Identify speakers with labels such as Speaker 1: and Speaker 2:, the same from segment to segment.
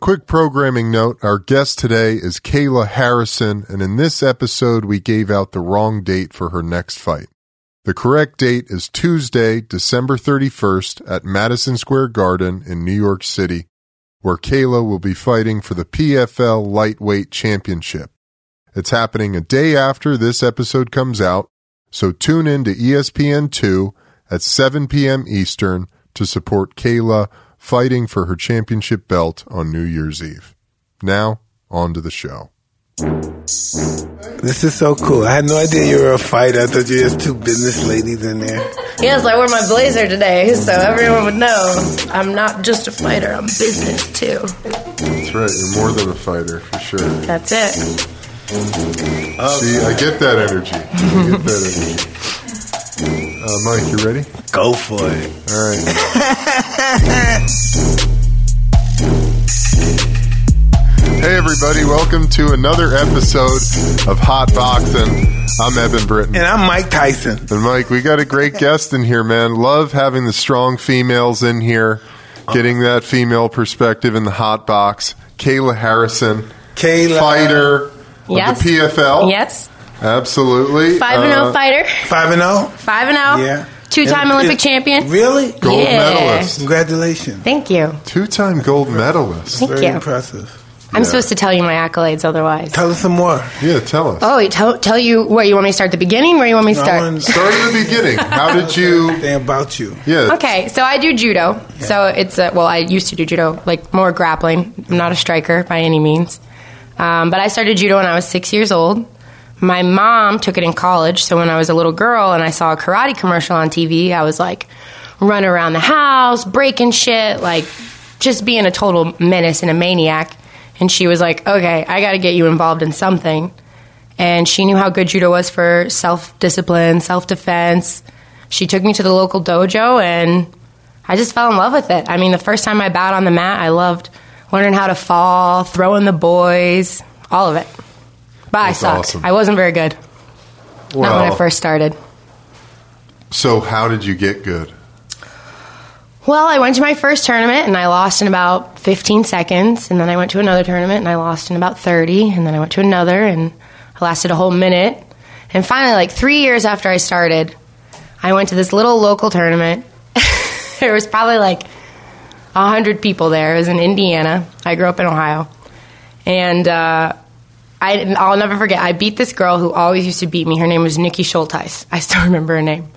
Speaker 1: Quick programming note our guest today is Kayla Harrison, and in this episode, we gave out the wrong date for her next fight. The correct date is Tuesday, December 31st at Madison Square Garden in New York City, where Kayla will be fighting for the PFL Lightweight Championship. It's happening a day after this episode comes out, so tune in to E ESPN2 at 7 p.m. Eastern to support Kayla fighting for her championship belt on New Year's Eve. Now, on to the show.
Speaker 2: This is so cool. I had no idea you were a fighter. I thought you were just two business ladies in there.
Speaker 3: Yes, I wore my blazer today, so everyone would know I'm not just a fighter, I'm business too.
Speaker 1: That's right, you're more than a fighter, for sure.
Speaker 3: That's it.
Speaker 1: See, I get that energy. I get that energy. Uh, Mike, you ready?
Speaker 2: Go for it.
Speaker 1: All right. Hey everybody, welcome to another episode of Hot Boxing. I'm Evan Britton.
Speaker 2: And I'm Mike Tyson.
Speaker 1: And Mike, we got a great guest in here, man. Love having the strong females in here, getting that female perspective in the hot box. Kayla Harrison,
Speaker 2: Kayla.
Speaker 1: fighter
Speaker 3: Yes.
Speaker 1: of the
Speaker 2: Oh.
Speaker 1: PFL.
Speaker 3: Yes.
Speaker 1: Absolutely.
Speaker 3: 5 and 0
Speaker 1: Uh,
Speaker 3: fighter.
Speaker 2: 5 and 0?
Speaker 3: 5 and 0.
Speaker 2: Yeah.
Speaker 3: Two time
Speaker 2: And-
Speaker 3: Olympic
Speaker 2: it-
Speaker 3: champion.
Speaker 2: Really?
Speaker 1: Gold
Speaker 3: Yeah.
Speaker 1: medalist.
Speaker 2: Congratulations.
Speaker 3: Thank you.
Speaker 1: Two time gold medalist.
Speaker 3: Thank
Speaker 2: Very
Speaker 3: you.
Speaker 2: impressive.
Speaker 3: I'm supposed to tell you my accolades otherwise.
Speaker 2: Tell us some more.
Speaker 1: Yeah, tell us.
Speaker 3: Oh, wait, tell, tell you where you want me to start the beginning, where you want me to
Speaker 2: I
Speaker 3: start?
Speaker 2: wanna-
Speaker 1: Start at the beginning. How did you.
Speaker 2: Something about you.
Speaker 1: Yeah.
Speaker 3: Okay, so I do judo. So it's a, well, I used to do judo, like more grappling. I'm not a striker by any means, um, but I started judo when I was six years old. My mom took it in college, so when I was a little girl and I saw a karate commercial on TV, I was like running around the house, breaking shit, like just being a total menace and a maniac. And she was like, "Okay, I got to get you involved in something." and she knew how good judo was for self discipline, self defense. She took me to the local dojo and I just fell in love with it. I mean, the first time I bowed on the mat, I loved learning how to fall, throwing the boys, all of it. But I
Speaker 1: That's
Speaker 3: sucked.
Speaker 1: awesome.
Speaker 3: I wasn't very good. not when I
Speaker 1: Well,
Speaker 3: first started.
Speaker 1: So, how did you get good?
Speaker 3: Well, I went to my first tournament and I lost in about 15 seconds. And then I went to another tournament and I lost in about 30. And then I went to another and I lasted a whole minute. And finally, like three years after I started, I went to this little local tournament. there was probably like 100 people there. It was in Indiana. I grew up in Ohio. And uh, I, I'll never forget, I beat this girl who always used to beat me. Her name was Nikki Schulteis. I still remember her name.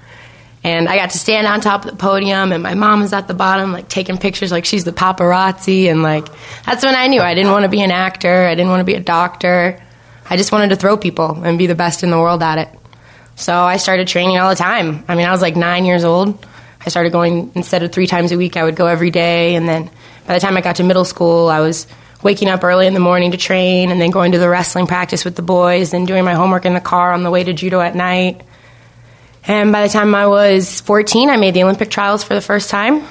Speaker 3: And I got to stand on top of the podium, and my mom was at the bottom, like taking pictures, like she's the paparazzi. And like, that's when I knew I didn't want to be an actor, I didn't want to be a doctor. I just wanted to throw people and be the best in the world at it. So I started training all the time. I mean, I was like nine years old. I started going, instead of three times a week, I would go every day. And then by the time I got to middle school, I was waking up early in the morning to train, and then going to the wrestling practice with the boys, and doing my homework in the car on the way to judo at night. And by the time I was 14, I made the Olympic trials for the first time.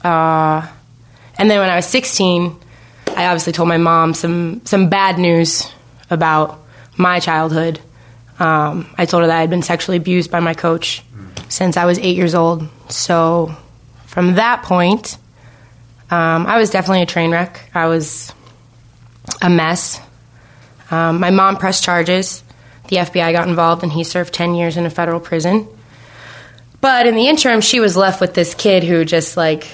Speaker 3: Uh, and then when I was 16, I obviously told my mom some, some bad news about my childhood. Um, I told her that I had been sexually abused by my coach since I was eight years old. So from that point, um, I was definitely a train wreck. I was a mess. Um, my mom pressed charges. The FBI got involved, and he served 10 years in a federal prison. But in the interim, she was left with this kid who just like,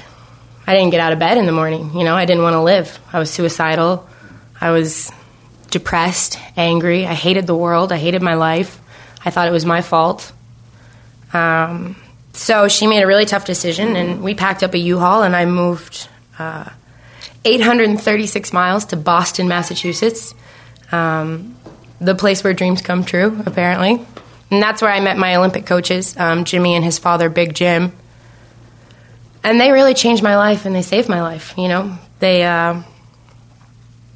Speaker 3: I didn't get out of bed in the morning. You know, I didn't want to live. I was suicidal. I was depressed, angry. I hated the world. I hated my life. I thought it was my fault. Um, so she made a really tough decision, and we packed up a U-Haul, and I moved uh, 836 miles to Boston, Massachusetts Um, the place where dreams come true, apparently. And that's where I met my Olympic coaches, um, Jimmy and his father, Big Jim. And they really changed my life and they saved my life, you know? They, uh,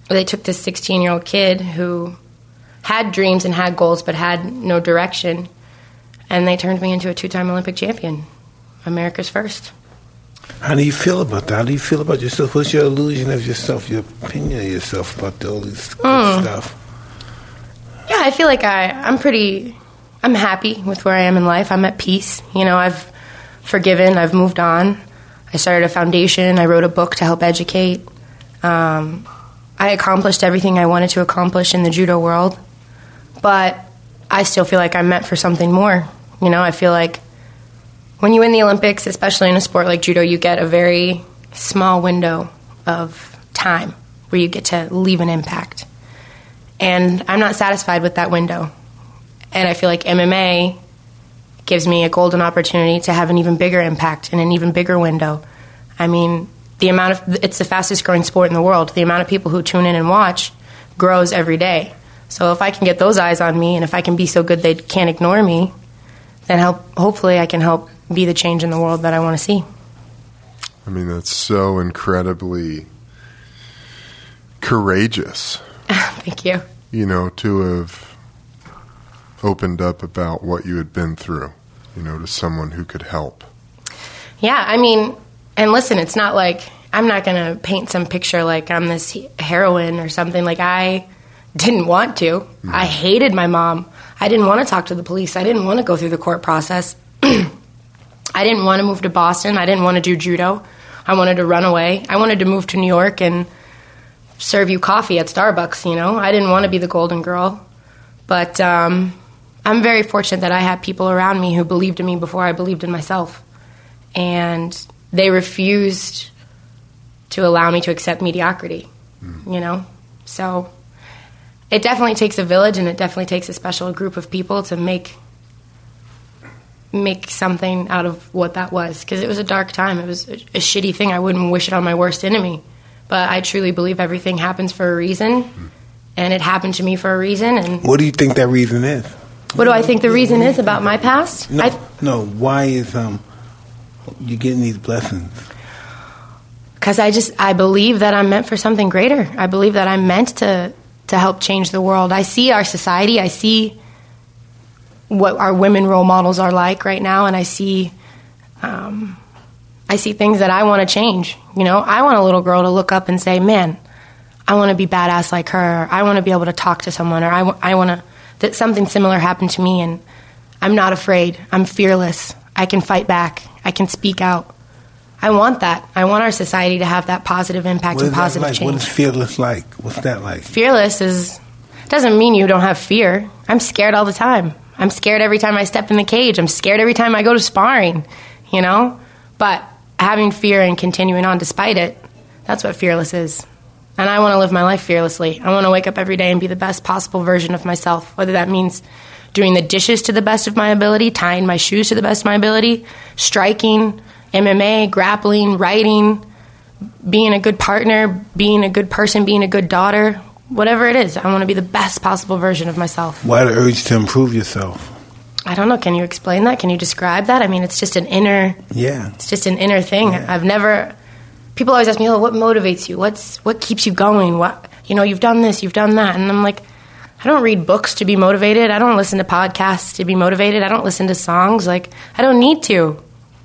Speaker 3: they took this 16 year old kid who had dreams and had goals but had no direction, and they turned me into a two time Olympic champion, America's first.
Speaker 2: How do you feel about that? How do you feel about yourself? What's your illusion of yourself, your opinion of yourself about all this good
Speaker 3: Hmm.
Speaker 2: stuff?
Speaker 3: Yeah, I feel like I, I'm pretty, I'm happy with where I am in life. I'm at peace. You know, I've forgiven, I've moved on. I started a foundation, I wrote a book to help educate. Um, I accomplished everything I wanted to accomplish in the judo world, but I still feel like I'm meant for something more. You know, I feel like when you win the Olympics, especially in a sport like judo, you get a very small window of time where you get to leave an impact. And I'm not satisfied with that window. And I feel like MMA gives me a golden opportunity to have an even bigger impact in an even bigger window. I mean, the amount of it's the fastest growing sport in the world. The amount of people who tune in and watch grows every day. So if I can get those eyes on me and if I can be so good they can't ignore me, then help, hopefully I can help be the change in the world that I want to see.
Speaker 1: I mean, that's so incredibly courageous,
Speaker 3: Thank you.
Speaker 1: you know, to have opened up about what you had been through, you know, to someone who could help.
Speaker 3: Yeah, I mean, and listen, it's not like I'm not going to paint some picture like I'm this he- heroine or something. Like, I didn't want to. I hated my mom. I didn't want to talk to the police. I didn't want to go through the court process. I didn't want to move to Boston. I didn't want to do judo. I wanted to run away. I wanted to move to New York and serve you coffee at Starbucks, you know? I didn't want to be the golden girl. But um, I'm very fortunate that I had people around me who believed in me before I believed in myself and they refused to allow me to accept mediocrity, you know? So it definitely takes a village and it definitely takes a special group of people to make make something out of what that was because it was a dark time. It was a, a shitty thing. I wouldn't wish it on my worst enemy. But I truly believe everything happens for a reason and it happened to me for a reason and
Speaker 2: What do you think that reason is?
Speaker 3: what do I think the reason is about my past?
Speaker 2: No,
Speaker 3: I,
Speaker 2: no. Why is um you getting these blessings?
Speaker 3: because I just I believe that I'm meant for something greater. I believe that I'm meant to to help change the world. I see our society. I see what our women role models are like right now, and I see um, I see things that I want to change. You know, I want a little girl to look up and say, "Man, I want to be badass like her. Or, I want to be able to talk to someone, or I want to that something similar happened to me, and I'm not afraid. I'm fearless. I can fight back. I can speak out." I want that. I want our society to have that positive impact
Speaker 2: What
Speaker 3: and
Speaker 2: is that
Speaker 3: positive
Speaker 2: like?
Speaker 3: change.
Speaker 2: What is fearless like? What's that like?
Speaker 3: Fearless is doesn't mean you don't have fear. I'm scared all the time. I'm scared every time I step in the cage. I'm scared every time I go to sparring, you know? But having fear and continuing on despite it, that's what fearless is. And I want to live my life fearlessly. I want to wake up every day and be the best possible version of myself, whether that means doing the dishes to the best of my ability, tying my shoes to the best of my ability, striking, MMA, grappling, writing, being a good partner, being a good person, being a good daughter, whatever it is. I want to be the best possible version of myself.
Speaker 2: Why the urge to improve yourself?
Speaker 3: I don't know. Can you explain that? Can you describe that? I mean, it's just an inner,
Speaker 2: Yeah.
Speaker 3: it's just an inner thing.
Speaker 2: Yeah.
Speaker 3: I've never. People always ask me, "Oh, what motivates you? What's what keeps you going? What you know? You've done this, you've done that," and I'm like, I don't read books to be motivated. I don't listen to podcasts to be motivated. I don't listen to songs. Like, I don't need to.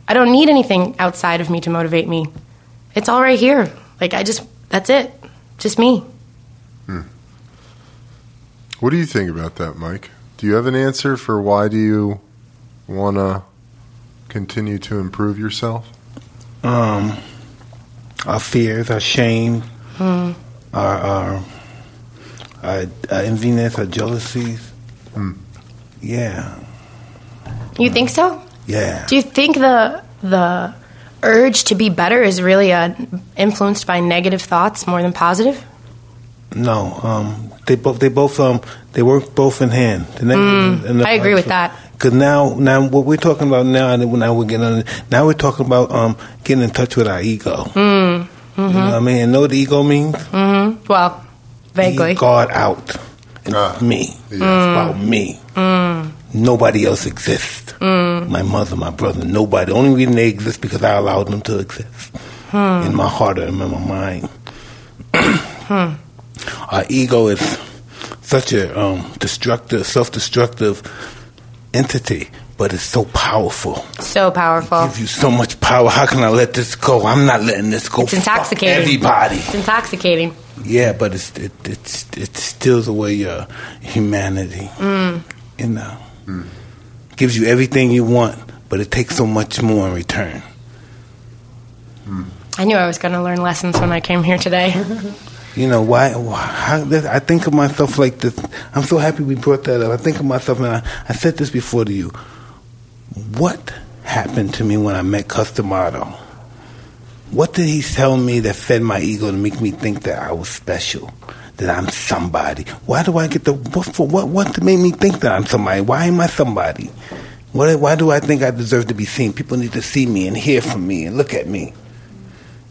Speaker 3: I don't need anything outside of me to motivate me. It's all right here. Like, I just that's it. Just me.
Speaker 1: What do you think about that, Mike? Do you have an answer for why do you want to continue to improve yourself?
Speaker 2: um, our fears, our shame, Hmm. our, our, our our enviness, our jealousies. Hmm.
Speaker 1: Mm.
Speaker 2: Yeah,
Speaker 3: You think so?
Speaker 2: yeah.
Speaker 3: Do you think the the urge to be better is really uh, influenced by negative thoughts more than positive?
Speaker 2: No, um, they both they both um they work both in hand. The negative and the
Speaker 3: I agree with that.
Speaker 2: Because now, now what we're talking about now, and now we're getting on, now we're talking about um, getting in touch with our ego. You know what I mean? And know what the ego means?
Speaker 3: Well, vaguely.
Speaker 2: Leave God out. And
Speaker 1: Ah.
Speaker 2: It's me. It's
Speaker 3: Mm.
Speaker 2: about me. Nobody else exists.
Speaker 3: Mm.
Speaker 2: My mother, my brother, nobody. The only reason they exist because I allowed them to exist
Speaker 3: Hmm.
Speaker 2: in my heart or in my mind.
Speaker 3: Hmm.
Speaker 2: Our ego is such a um, destructive, self-destructive entity, but it's so powerful.
Speaker 3: So powerful.
Speaker 2: Give you so much power. How can I let this go? I'm not letting this go.
Speaker 3: It's
Speaker 2: Fuck
Speaker 3: intoxicating.
Speaker 2: Everybody.
Speaker 3: It's intoxicating.
Speaker 2: Yeah, but it's it it's, it steals away your humanity. You know, gives you everything you want, but it takes so much more in return.
Speaker 3: I knew I was going to learn lessons when I came here today.
Speaker 1: Mm-hmm.
Speaker 2: You know why? why how, that, I think of myself like this. I'm so happy we brought that up. I think of myself, and I, I said this before to you. What happened to me when I met Customato? What did he tell me that fed my ego to make me think that I was special, that I'm somebody? Why do I get the what? For, what? What made me think that I'm somebody? Why am I somebody? Why, why do I think I deserve to be seen? People need to see me and hear from me and look at me.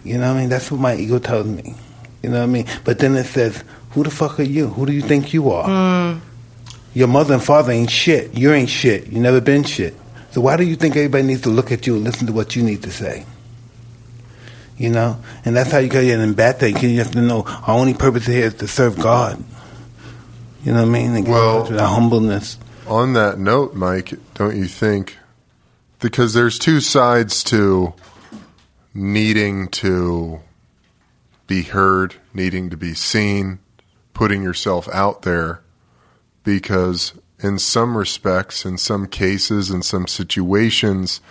Speaker 2: You know what I mean? That's what my ego tells me. You know what I mean? But then it says, who the fuck are you? Who do you think you are? Your mother and father ain't shit. You ain't shit. You never been shit. So why do you think everybody needs to look at you and listen to what you need to say? You know? And that's how you go in and bad thing. You have to know our only purpose here is to serve God. You know what I mean? And get
Speaker 1: Well-
Speaker 2: in touch with our humbleness.
Speaker 1: On that note, Mike, don't you think? Because there's two sides to needing to be heard, needing to be seen, putting yourself out there. Because in some respects, in some cases, in some situations,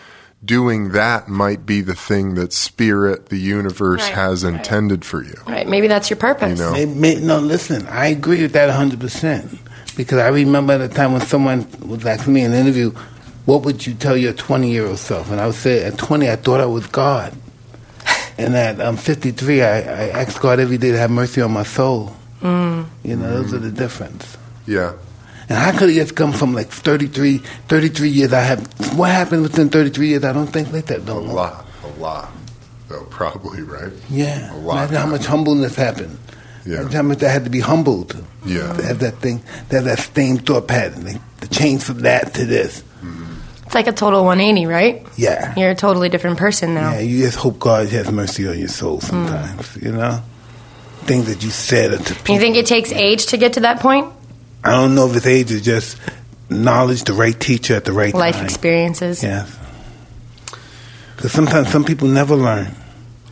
Speaker 1: doing that might be the thing that spirit, the universe
Speaker 3: Right,
Speaker 1: has
Speaker 3: right.
Speaker 1: intended for you.
Speaker 3: Right? Maybe that's your purpose.
Speaker 1: You know.
Speaker 2: May- may- no, listen, I agree with that 100%. Because I remember the time when someone was asking me in an interview, what would you tell your 20 year old self? And I would say, at 20, I thought I was God. And at um, 53, I, I asked God every day to have mercy on my soul.
Speaker 1: Mm.
Speaker 2: You know, those are the difference.
Speaker 1: Yeah.
Speaker 2: And how could it just come from like 33, 33 years? I have, what happened within 33 years? I don't think like that no
Speaker 1: A
Speaker 2: more.
Speaker 1: lot. A lot. Though, probably, right?
Speaker 2: Yeah.
Speaker 1: A lot.
Speaker 2: Imagine how much humbleness happened.
Speaker 1: Yeah.
Speaker 2: Imagine how much I had to be humbled.
Speaker 1: Yeah.
Speaker 2: To have that thing, to have that same thought pattern, like, the change from that to this.
Speaker 3: It's like a total 180, right?
Speaker 2: Yeah.
Speaker 3: You're a totally different person now.
Speaker 2: Yeah, you just hope God has mercy on your soul
Speaker 3: Hmm.
Speaker 2: sometimes, you know? Things that you said or to people.
Speaker 3: You think it takes age to get to that point?
Speaker 2: I don't know if it's age or just knowledge, the right teacher at the right
Speaker 3: Life
Speaker 2: time.
Speaker 3: experiences.
Speaker 2: Yes. Because sometimes some people never learn.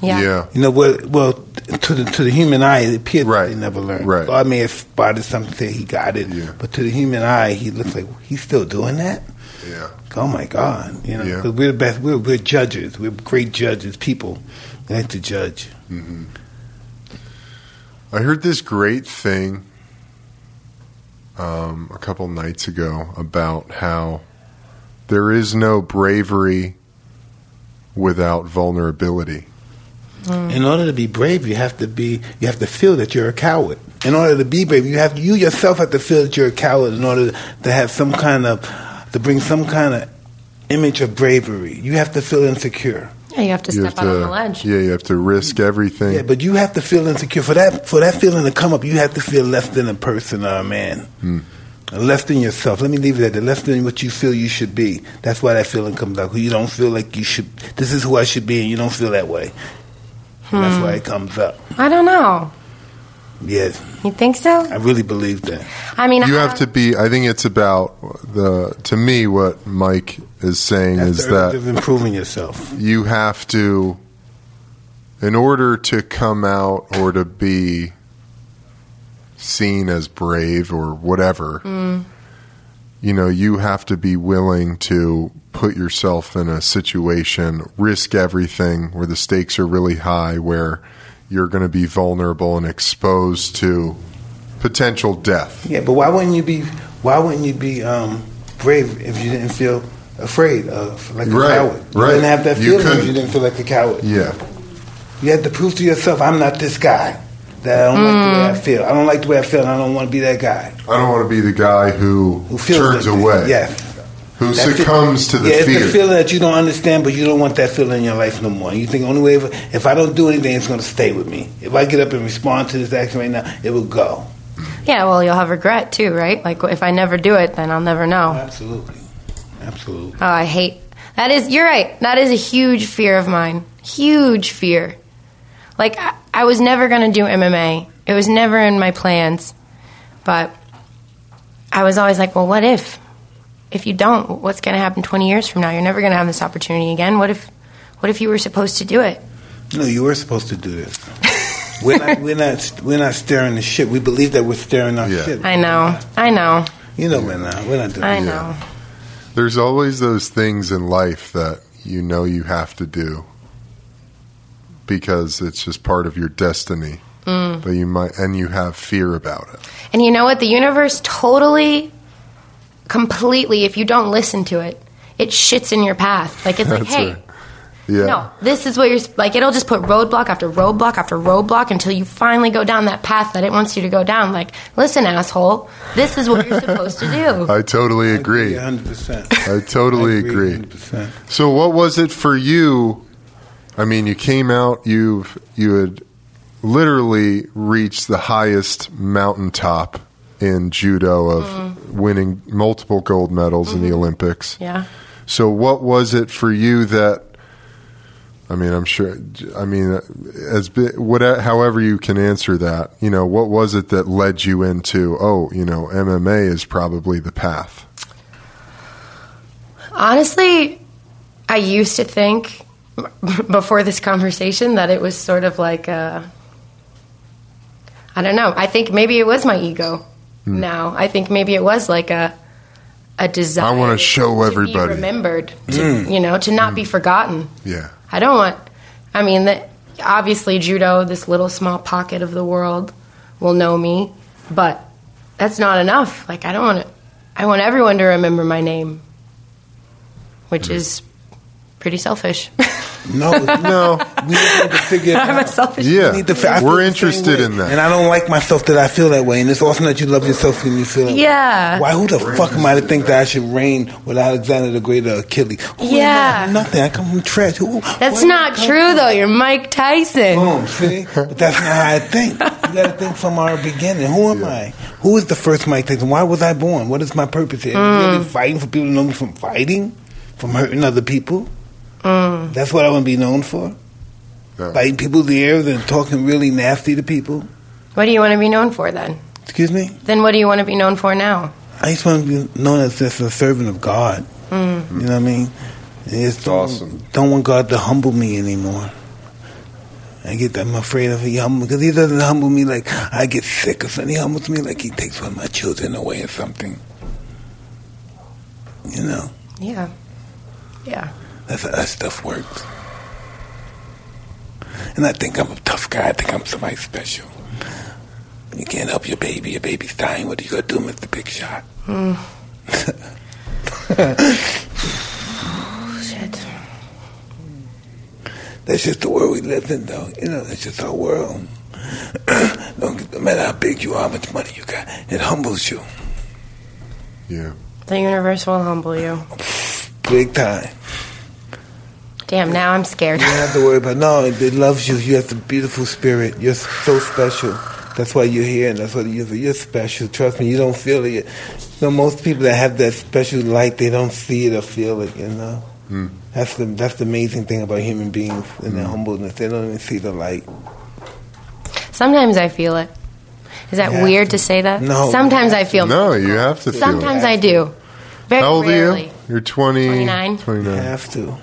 Speaker 3: Yeah.
Speaker 1: Yeah.
Speaker 2: You know, well, well, to the to the human eye, it appears
Speaker 1: Right.
Speaker 2: they never learned.
Speaker 1: Right.
Speaker 2: God may have spotted something, say he got it,
Speaker 1: Yeah.
Speaker 2: but to the human eye, he looks like he's still doing that.
Speaker 1: Yeah.
Speaker 2: Oh my God! You know,
Speaker 1: Yeah.
Speaker 2: 'cause we're the best. We're, we're judges. We're great judges. People we like to judge.
Speaker 1: I heard this great thing um, a couple nights ago about how there is no bravery without vulnerability.
Speaker 2: In order to be brave, you have to be. You have to feel that you're a coward. In order to be brave, you have you yourself have to feel that you're a coward. In order to have some kind of to bring some kind of image of bravery, you have to feel insecure.
Speaker 3: Yeah, you have to
Speaker 1: You
Speaker 3: step out
Speaker 1: to,
Speaker 3: on the ledge.
Speaker 1: Yeah, you have to risk everything.
Speaker 2: Yeah, but you have to feel insecure for that for that feeling to come up. You have to feel less than a person or a man,
Speaker 1: Hmm.
Speaker 2: less than yourself. Let me leave it at that. Less than what you feel you should be. That's why that feeling comes up. You don't feel like you should. This is who I should be, and you don't feel that way. And that's why it comes up.
Speaker 3: I don't know.
Speaker 2: Yes,
Speaker 3: You think so?
Speaker 2: I really believe that.
Speaker 3: I mean,
Speaker 1: you
Speaker 3: I-
Speaker 1: have to be. I think it's about the. To me, what Mike is saying
Speaker 2: That's
Speaker 1: is
Speaker 2: the urge
Speaker 1: that
Speaker 2: of improving yourself?
Speaker 1: you have to in order to come out or to be seen as brave or whatever you know you have to be willing to put yourself in a situation risk everything where the stakes are really high where you're going to be vulnerable and exposed to potential death
Speaker 2: Yeah, but why wouldn't you be? Why wouldn't you be um, brave if you didn't feel afraid of like a
Speaker 1: Right,
Speaker 2: coward? You
Speaker 1: right.
Speaker 2: didn't have that
Speaker 1: You
Speaker 2: feeling if
Speaker 1: couldn't.
Speaker 2: you didn't feel like a coward.
Speaker 1: yeah
Speaker 2: You have to prove to yourself, I'm not this guy. That I don't like the way I feel. I don't like the way I feel, and I don't want to be that guy
Speaker 1: i don't want to be the guy who,
Speaker 2: who feels
Speaker 1: turns
Speaker 2: like-
Speaker 1: away
Speaker 2: Yes,
Speaker 1: who
Speaker 2: That's it.
Speaker 1: succumbs to the
Speaker 2: yeah,
Speaker 1: fear
Speaker 2: it's the feeling that you don't understand, but you don't want that feeling in your life no more. You think only way if, if I don't do anything, it's going to stay with me. If I get up and respond to this action right now, it will go.
Speaker 3: yeah, well, you'll have regret too, right? Like, if I never do it, then I'll never know.
Speaker 2: Absolutely, absolutely.
Speaker 3: Oh, I hate that. Is you're right. That is a huge fear of mine. Huge fear. Like I, I was never gonna do MMA. It was never in my plans. But I was always like, well, what if? If you don't, what's gonna happen 20 years from now? You're never gonna have this opportunity again. What if? What if you were supposed to do it?
Speaker 2: No, you were supposed to do this. we're not, we're not, we're not staring the shit. We believe that we're staring our
Speaker 1: Yeah.
Speaker 2: shit.
Speaker 3: I know. I know.
Speaker 2: You know, we're not. We're not doing.
Speaker 3: I
Speaker 2: that.
Speaker 3: know.
Speaker 1: There's always those things in life that you know you have to do, because it's just part of your destiny.
Speaker 3: Mm.
Speaker 1: But you might, and you have fear about it.
Speaker 3: And you know what? The universe totally, completely, if you don't listen to it, it shits in your path. Like it's like,
Speaker 1: That's
Speaker 3: hey,
Speaker 1: right. Yeah.
Speaker 3: no, this is what you're s- like. It'll just put roadblock after roadblock after roadblock until you finally go down that path that it wants you to go down. Like, listen, asshole, this is what you're supposed to do.
Speaker 1: I totally agree. I
Speaker 2: 100%.
Speaker 1: totally agree.
Speaker 2: 100%.
Speaker 1: So what was it for you? I mean, you came out, you you had literally reached the highest mountaintop in judo of
Speaker 3: Mm.
Speaker 1: winning multiple gold medals in
Speaker 3: Mm-hmm.
Speaker 1: the Olympics.
Speaker 3: Yeah.
Speaker 1: So what was it for you that I mean, I'm sure I mean as bi- what however you can answer that, you know, what was it that led you into oh, you know, MMA is probably the path.
Speaker 3: Honestly, I used to think before this conversation that it was sort of like I I don't know. I think maybe it was my ego. Now I think maybe it was like a a desire.
Speaker 1: Hmm. I wanna show
Speaker 3: to be
Speaker 1: everybody. Hmm.
Speaker 3: remembered. To, You know, to not be forgotten.
Speaker 1: Yeah.
Speaker 3: I don't want. I mean, the, obviously, judo, this little small pocket of the world, will know me, but that's not enough. Like, I don't want. To, I want everyone to remember my name, which is pretty selfish.
Speaker 2: No,
Speaker 1: No.
Speaker 2: we need to figure it
Speaker 3: I'm a
Speaker 2: out.
Speaker 3: selfish.
Speaker 1: Yeah.
Speaker 2: We need to fi- I feel
Speaker 1: We're
Speaker 2: the same
Speaker 1: interested
Speaker 2: way.
Speaker 1: in that.
Speaker 2: And I don't like myself that I feel that way. And it's often that you love yourself and you feel that way.
Speaker 3: Yeah.
Speaker 2: Why? Who the fuck am I to think that I should reign with Alexander the Great or Achilles? Who am I?
Speaker 3: Yeah.
Speaker 2: I'm nothing. I come from trash. Who, where
Speaker 3: That's
Speaker 2: did I
Speaker 3: not
Speaker 2: come
Speaker 3: true,
Speaker 2: from? Oh.
Speaker 3: though. You're Mike Tyson.
Speaker 2: Boom. See, but that's not how I think. You got to think from our beginning. Who am
Speaker 1: Yeah.
Speaker 2: I? Who is the first Mike Tyson? Why was I born? What is my purpose here?
Speaker 3: Mm.
Speaker 2: Really fighting for people to know me from fighting, from hurting other people.
Speaker 3: Mm.
Speaker 2: That's what I want to be known for.
Speaker 1: Yeah.
Speaker 2: Biting people in the ears and talking really nasty to people.
Speaker 3: What do you want to be known for then?
Speaker 2: Excuse me.
Speaker 3: Then what do you want to be known for now?
Speaker 2: I just want to be known as just a servant of God. You know what I mean? And It's
Speaker 1: awesome.
Speaker 2: Don't want God to humble me anymore. I get I'm afraid of he humble because he doesn't humble me like I get sick or something. He humbles me like he takes one of my children away or something. You know,
Speaker 3: Yeah. Yeah.
Speaker 2: that's how that stuff works. And I think I'm a tough guy. I think I'm somebody special. You can't help your baby. Your baby's dying. What are you gonna do, Mister Big Shot?
Speaker 3: Shit.
Speaker 2: That's just the world we live in, though. You know, that's just our world. Don't, no matter how big you are, how much money you got, it humbles you
Speaker 1: Yeah.
Speaker 3: The universe will humble you.
Speaker 2: big time.
Speaker 3: Damn, now I'm scared.
Speaker 2: You don't have to worry about no. It, it loves you. You have the beautiful spirit. You're so special. That's why you're here, and that's why you're, you're special. Trust me, you don't feel it. You know, most people that have that special light, they don't see it or feel it. You know,
Speaker 1: Hmm.
Speaker 2: that's the that's the amazing thing about human beings and their humbleness. They don't even see the light.
Speaker 3: Sometimes I feel it. Is that
Speaker 2: Yeah.
Speaker 3: weird to say that?
Speaker 2: No.
Speaker 3: Sometimes I feel.
Speaker 1: No, you have to feel it.
Speaker 3: Sometimes I do. Very
Speaker 1: How old are
Speaker 3: rarely.
Speaker 1: you? You're 20,
Speaker 3: 29.
Speaker 1: 29.
Speaker 2: You have to.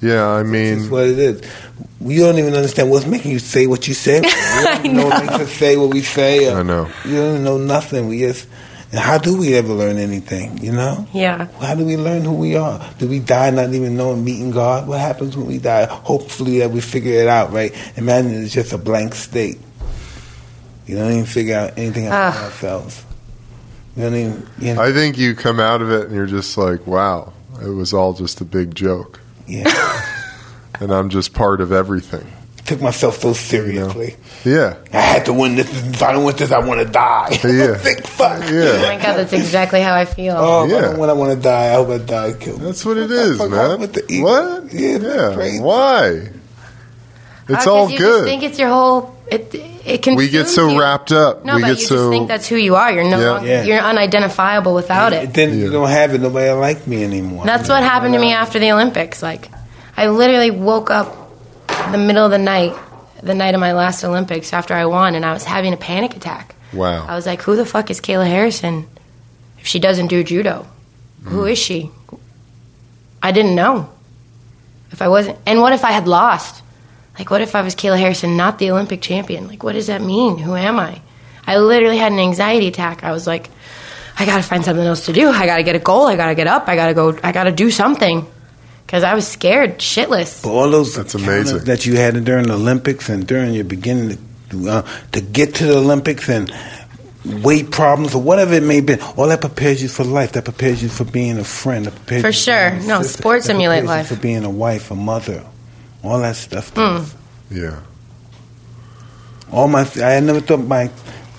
Speaker 1: Yeah, I
Speaker 2: That's
Speaker 1: mean,
Speaker 2: what it is. You don't even understand what's making you say what you say. We don't even know what makes us say what we say. or-
Speaker 1: I know.
Speaker 2: You don't know nothing. We just. And how do we ever learn anything? You know.
Speaker 3: Yeah.
Speaker 2: How do we learn who we are? Do we die not even knowing meeting God? What happens when we die? Hopefully that we figure it out, right? Imagine it's just a blank state. You don't even figure out anything about
Speaker 3: Ah.
Speaker 2: ourselves. You don't even. You know,
Speaker 1: I think you come out of it and you're just like, wow, it was all just a big joke.
Speaker 2: yeah.
Speaker 1: And I'm just part of everything.
Speaker 2: Took myself so seriously.
Speaker 1: Yeah.
Speaker 2: I had to win this. If I don't win this, I want to die.
Speaker 1: Yeah.
Speaker 2: Think, fuck.
Speaker 3: Oh
Speaker 1: Yeah.
Speaker 3: my god, that's exactly how I feel.
Speaker 2: Oh, if I
Speaker 1: Yeah.
Speaker 2: don't want, I want to die. I hope I die. Kill me.
Speaker 1: That's what it
Speaker 2: the
Speaker 1: is,
Speaker 2: fuck
Speaker 1: man.
Speaker 2: wrong with the ego?
Speaker 1: what?
Speaker 2: Yeah, that's crazy.
Speaker 1: Why?
Speaker 3: Uh,
Speaker 1: It's
Speaker 3: 'cause
Speaker 1: all
Speaker 3: you Just
Speaker 1: good.
Speaker 3: think it's your whole. It it can.
Speaker 1: We get so wrapped up.
Speaker 3: No,
Speaker 1: we
Speaker 3: but
Speaker 1: get
Speaker 3: you
Speaker 1: so
Speaker 3: just think that's who you are. You're no
Speaker 1: Yeah.
Speaker 3: longer.
Speaker 2: Yeah.
Speaker 3: You're unidentifiable without it.
Speaker 2: And Then if
Speaker 1: Yeah.
Speaker 2: you don't have it. Nobody will like me anymore.
Speaker 3: That's what happened to me after the Olympics. Like, I literally woke up the middle of the night, the night of my last Olympics after I won, and I was having a panic attack.
Speaker 1: Wow.
Speaker 3: I was like, who the fuck is Kayla Harrison if she doesn't do judo?
Speaker 1: Mm-hmm.
Speaker 3: Who is she? I didn't know. If I wasn't, and what if I had lost? Like, what if I was Kayla Harrison, not the Olympic champion? Like, what does that mean? Who am I? I literally had an anxiety attack. I was like, I gotta find something else to do. I gotta get a goal. I gotta get up. I gotta go. I gotta do something. 'Cause because I was scared shitless.
Speaker 2: But all those
Speaker 1: That's amazing.
Speaker 2: encounters that you had during the Olympics and during your beginning to, uh, to get to the Olympics and weight problems or whatever it may be, all that prepares you for life. That prepares you for being a friend. That prepares
Speaker 3: For
Speaker 2: you
Speaker 3: sure.
Speaker 2: being a
Speaker 3: No,
Speaker 2: sister.
Speaker 3: sports
Speaker 2: That
Speaker 3: emulate
Speaker 2: prepares you
Speaker 3: life. Hmm.
Speaker 2: for being a wife, a mother, all that stuff. does.
Speaker 1: Yeah.
Speaker 2: All my I never thought my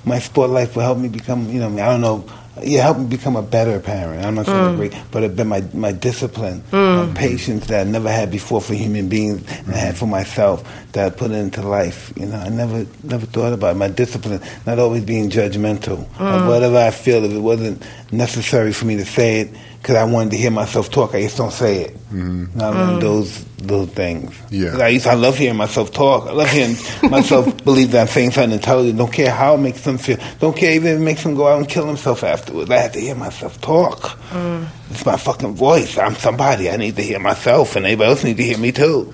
Speaker 2: my sport life would help me become. You know, I don't know. Yeah, help me become a better parent. I'm not saying great, but it been my my discipline, my patience that I never had before for human beings, and I had for myself that I put into life. You know, I never never thought about it. my discipline, not always being judgmental of whatever I feel. If it wasn't necessary for me to say it, because I wanted to hear myself talk, I just don't say it. Not one of those little things.
Speaker 1: Yeah.
Speaker 2: 'Cause I used I love hearing myself talk. I love hearing myself believe that I'm saying something intelligent. Don't care how it makes them feel. Don't care even if it makes them go out and kill themselves afterwards. I have to hear myself talk. It's my fucking voice. I'm somebody. I need to hear myself, and everybody else need to hear me too.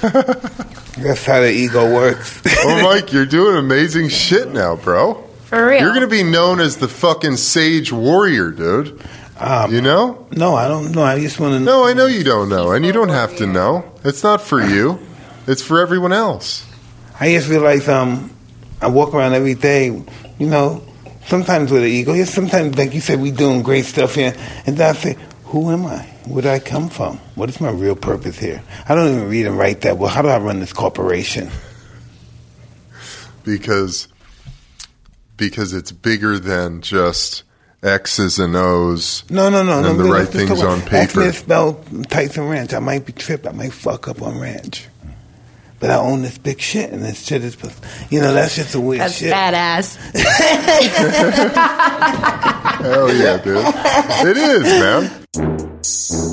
Speaker 2: That's how the ego works.
Speaker 1: Well, Mike, you're doing amazing shit now, bro.
Speaker 3: For real.
Speaker 1: You're gonna be known as the fucking sage warrior, dude.
Speaker 2: Um,
Speaker 1: you know?
Speaker 2: no, I don't know. I just want to know.
Speaker 1: No, I know you don't know, and you don't have to know. It's not for you. It's for everyone else.
Speaker 2: I just realize um, I walk around every day, you know, sometimes with an ego. Yeah, sometimes, like you said, we doing great stuff here. And then I say, who am I? Where did I come from? What is my real purpose here? I don't even read and write that well. How do I run this corporation?
Speaker 1: because because it's bigger than just X's and O's.
Speaker 2: No, no, no.
Speaker 1: And
Speaker 2: no,
Speaker 1: the
Speaker 2: really,
Speaker 1: right
Speaker 2: let's just
Speaker 1: things
Speaker 2: talk about-
Speaker 1: on
Speaker 2: Ask me
Speaker 1: paper.
Speaker 2: to spell Tyson Ranch. I might be tripped. I might fuck up on ranch. But I own this big shit, and this shit is, you know, that's just a weird
Speaker 3: That's
Speaker 2: shit.
Speaker 3: badass.
Speaker 1: Hell yeah, dude! it is, man.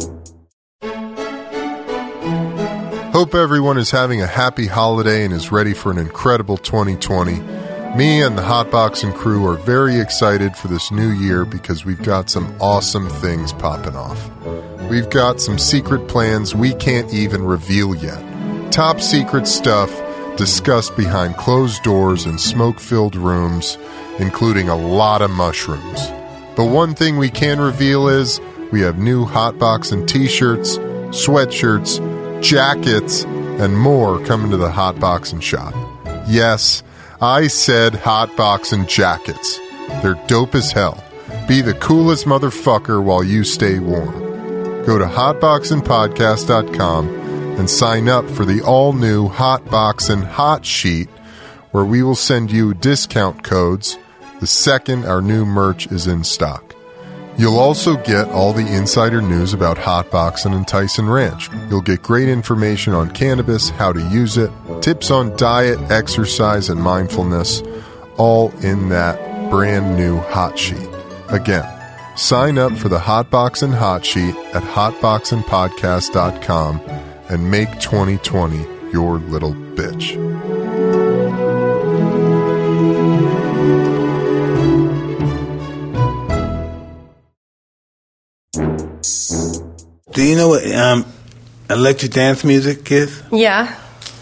Speaker 1: Hope everyone is having a happy holiday and is ready for an incredible 2020. Me and the Hotbox and crew are very excited for this new year because we've got some awesome things popping off. We've got some secret plans we can't even reveal yet. Top secret stuff discussed behind closed doors and smoke filled rooms, including a lot of mushrooms. But one thing we can reveal is we have new Hotbox and t shirts, sweatshirts, jackets, and more coming to the Hotbox and shop. Yes, I said Hotbox and jackets. They're dope as hell. Be the coolest motherfucker while you stay warm go to hotboxingpodcast.com and sign up for the all new Hotboxing Hot Sheet, where we will send you discount codes the second our new merch is in stock. You'll also get all the insider news about Hotboxing and Tyson Ranch. You'll get great information on cannabis, how to use it, tips on diet, exercise, and mindfulness, all in that brand new hot sheet. Again, sign up for the Hotboxing Hot Sheet at hotboxingpodcast.com and make 2020 your little bitch.
Speaker 2: Do you know what um, electric dance music is?
Speaker 3: Yeah.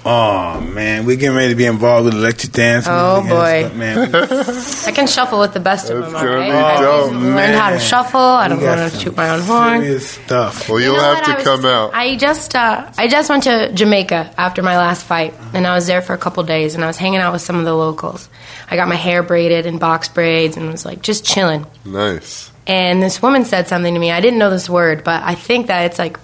Speaker 2: Oh man, we're getting ready to be involved with electric dance.
Speaker 3: Oh,
Speaker 2: music and
Speaker 3: boy.
Speaker 2: stuff, man. We-
Speaker 3: I can shuffle with the best of
Speaker 1: That's
Speaker 3: them. all
Speaker 1: gonna
Speaker 3: right?
Speaker 1: be
Speaker 3: I
Speaker 1: dope,
Speaker 3: just learned how to
Speaker 2: man.
Speaker 3: shuffle. I don't
Speaker 2: we got
Speaker 3: want to
Speaker 2: some
Speaker 3: shoot my own horn.
Speaker 2: Serious stuff.
Speaker 1: Well,
Speaker 3: You
Speaker 1: you'll
Speaker 3: know
Speaker 1: have
Speaker 3: what? I
Speaker 1: to
Speaker 3: was
Speaker 1: come
Speaker 3: just-
Speaker 1: out.
Speaker 3: I just uh, I just went to Jamaica after my last fight, and I was there for a couple days, and I was hanging out with some of the locals. I got my hair braided and box braids, and was like just chilling.
Speaker 1: nice.
Speaker 3: And this woman said something to me. I didn't know this word, but I think that it's like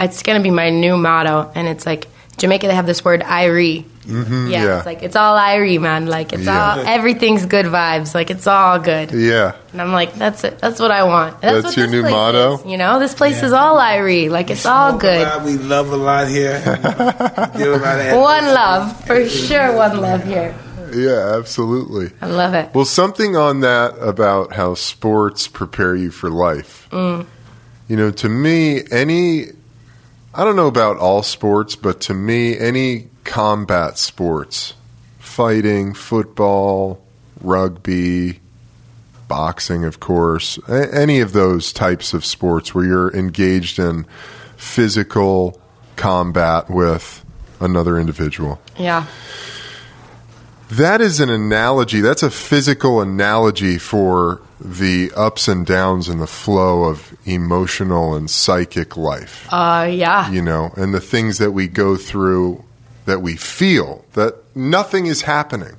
Speaker 3: it's going to be my new motto. And it's like Jamaica, they have this word "Irie." Mm-hmm, yeah,
Speaker 1: Mm, yeah.
Speaker 3: it's like it's all Irie, man. Like it's
Speaker 1: Yeah.
Speaker 3: all everything's good vibes. Like it's all good.
Speaker 1: Yeah.
Speaker 3: And I'm like, that's it. That's what I want. And
Speaker 1: That's
Speaker 3: what
Speaker 1: your
Speaker 3: this
Speaker 1: new
Speaker 3: place
Speaker 1: motto?
Speaker 3: is, you know, this place is all Irie. Like it's all
Speaker 2: Smoke
Speaker 3: good.
Speaker 2: A lot, we love a lot here. We do a lot of-
Speaker 3: One love for sure. One love here.
Speaker 1: Yeah, absolutely.
Speaker 3: I love it.
Speaker 1: Well, something on that about how sports prepare you for life.
Speaker 3: Mm.
Speaker 1: You know, to me, any, I don't know about all sports, but to me, any combat sports, fighting, football, rugby, boxing, of course, a- any of those types of sports where you're engaged in physical combat with another individual.
Speaker 3: Yeah.
Speaker 1: That is an analogy. That's a physical analogy for the ups and downs and the flow of emotional and psychic life,
Speaker 3: Uh, yeah.
Speaker 1: you know, and the things that we go through that we feel that nothing is happening.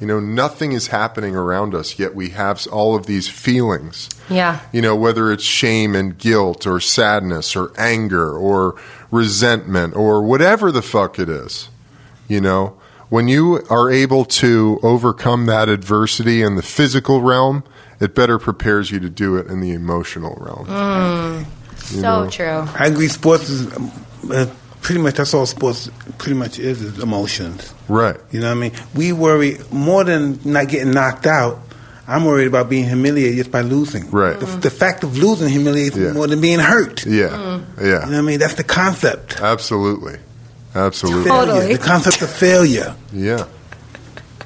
Speaker 1: You know, nothing is happening around us, yet we have all of these feelings.
Speaker 3: Yeah.
Speaker 1: You know, whether it's shame and guilt or sadness or anger or resentment or whatever the fuck it is, you know, when you are able to overcome that adversity in the physical realm, it better prepares you to do it in the emotional realm.
Speaker 3: So
Speaker 1: know.
Speaker 3: true.
Speaker 2: I agree. Sports is um, uh, pretty much that's all sports pretty much is is emotions.
Speaker 1: Right.
Speaker 2: You know what I mean? We worry more than not getting knocked out. I'm worried about being humiliated just by losing.
Speaker 1: Right.
Speaker 2: The, the fact of losing humiliates me
Speaker 1: Yeah.
Speaker 2: more than being hurt.
Speaker 1: Yeah. Yeah.
Speaker 2: You know what I mean? That's the concept.
Speaker 1: Absolutely. Absolutely.
Speaker 3: Totally.
Speaker 2: Failure. The concept of failure.
Speaker 1: Yeah.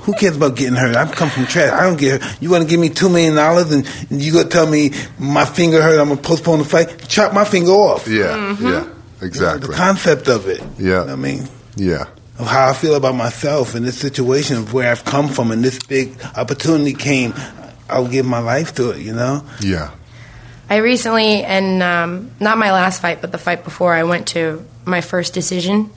Speaker 2: Who cares about getting hurt? I've come from trash. I don't get hurt. You want to give me $2 million and you going to tell me my finger hurt, I'm going to postpone the fight? Chop my finger off.
Speaker 1: Yeah. Yeah.
Speaker 2: You know,
Speaker 1: Exactly.
Speaker 2: The concept of it.
Speaker 1: Yeah.
Speaker 2: You know what I mean?
Speaker 1: Yeah.
Speaker 2: of how I feel about myself and this situation of where I've come from and this big opportunity came. I'll give my life to it, you know?
Speaker 1: Yeah.
Speaker 3: I recently, and um, not my last fight, but the fight before, I went to my first decision.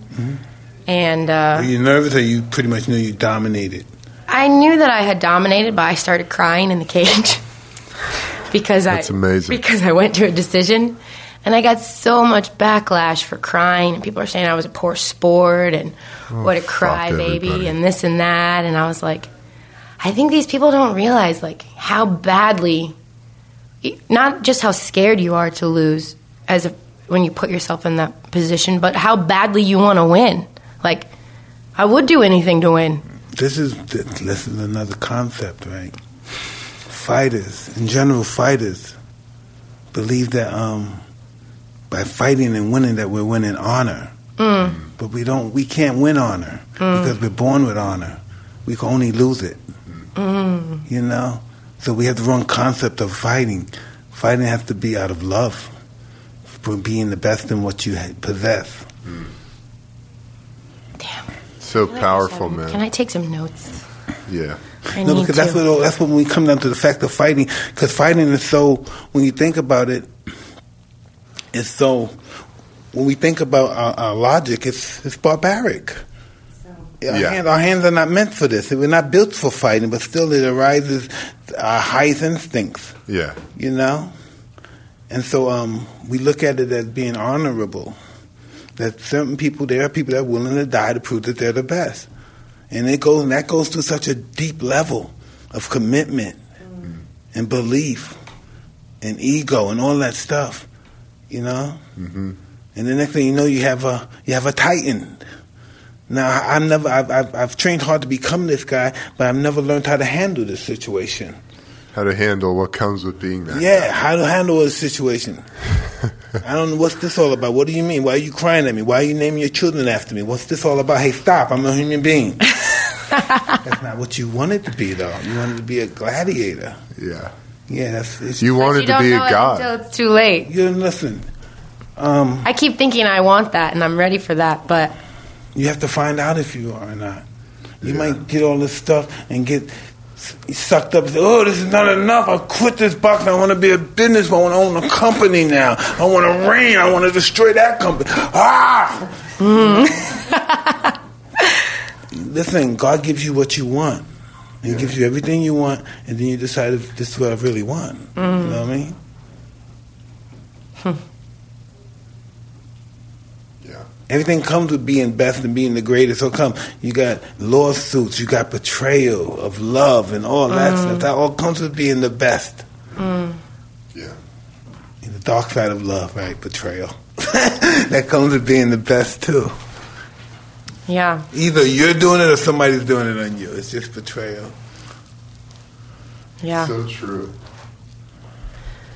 Speaker 2: Mm-hmm.
Speaker 3: And
Speaker 2: Were
Speaker 3: uh,
Speaker 2: you nervous or you pretty much knew you dominated?
Speaker 3: I knew that I had dominated, but I started crying in the cage because
Speaker 1: That's
Speaker 3: I
Speaker 1: amazing.
Speaker 3: because I went to a decision, and I got so much backlash for crying. And people are saying I was a poor sport and what a
Speaker 1: Oh, fuck
Speaker 3: crybaby
Speaker 1: everybody.
Speaker 3: and this and that. And I was like, I think these people don't realize like how badly not just how scared you are to lose as a, when you put yourself in that position, but how badly you want to win. Like, I would do anything to win.
Speaker 2: This is this is another concept, right? Fighters, in general, fighters believe that um, by fighting and winning that we're winning honor,
Speaker 3: Mm.
Speaker 2: but we don't. We can't win honor because we're born with honor. We can only lose it.
Speaker 3: Mm.
Speaker 2: You know, so we have the wrong concept of fighting. Fighting has to be out of love for being the best in what you ha- possess.
Speaker 3: Damn.
Speaker 1: So powerful,
Speaker 3: Can
Speaker 1: man.
Speaker 3: I take some notes?
Speaker 1: Yeah.
Speaker 3: I
Speaker 2: No,
Speaker 3: need
Speaker 2: because that's
Speaker 3: to.
Speaker 2: what that's when we come down to the fact of fighting. Because fighting is so when you think about it, it's so when we think about our, our logic, it's it's barbaric. Our,
Speaker 1: Yeah.
Speaker 2: hand- our hands are not meant for this. We're not built for fighting, but still it arises our highest instincts
Speaker 1: Yeah.
Speaker 2: you know and so um, we look at it as being honorable that certain people there are people that are willing to die to prove that they're the best and it goes and that goes to such a deep level of commitment and belief and ego and all that stuff you know
Speaker 1: hmm
Speaker 2: and the next thing you know you have a you have a titan now I- i've never I've, I've, I've trained hard to become this guy but i've never learned how to handle this situation
Speaker 1: How to handle what comes with being that.
Speaker 2: yeah, how to handle a situation. I don't know what's this all about. What do you mean? Why are you crying at me? Why are you naming your children after me? What's this all about? Hey, stop! I'm a human being. that's not what you wanted to be, though. You wanted to be a gladiator.
Speaker 1: Yeah.
Speaker 2: Yeah, that's it's, you.
Speaker 1: You
Speaker 3: But
Speaker 1: wanted to
Speaker 3: you don't
Speaker 1: be a
Speaker 3: know it
Speaker 1: god.
Speaker 3: until it's too late.
Speaker 2: You listen. Um,
Speaker 3: I keep thinking I want that, and I'm ready for that, but
Speaker 2: you have to find out if you are or not. You
Speaker 1: Yeah.
Speaker 2: might get all this stuff and get s- sucked up. and say, Oh, this is not enough. I quit this box. I want to be a business. I want to own a company now. I want to reign. I want to destroy that company. Ah! Listen, God gives you what you want. He gives you everything you want, and then you decide if this is what I really want. You know what I mean?
Speaker 1: Yeah.
Speaker 2: Everything comes with being best and being the greatest. So come, you got lawsuits, you got betrayal of love and all that stuff. That all comes with being the best.
Speaker 1: Yeah.
Speaker 2: In the dark side of love, right? Betrayal. that comes with being the best too.
Speaker 3: yeah.
Speaker 2: Either you're doing it or somebody's doing it on you. It's just betrayal.
Speaker 3: Yeah.
Speaker 1: So true.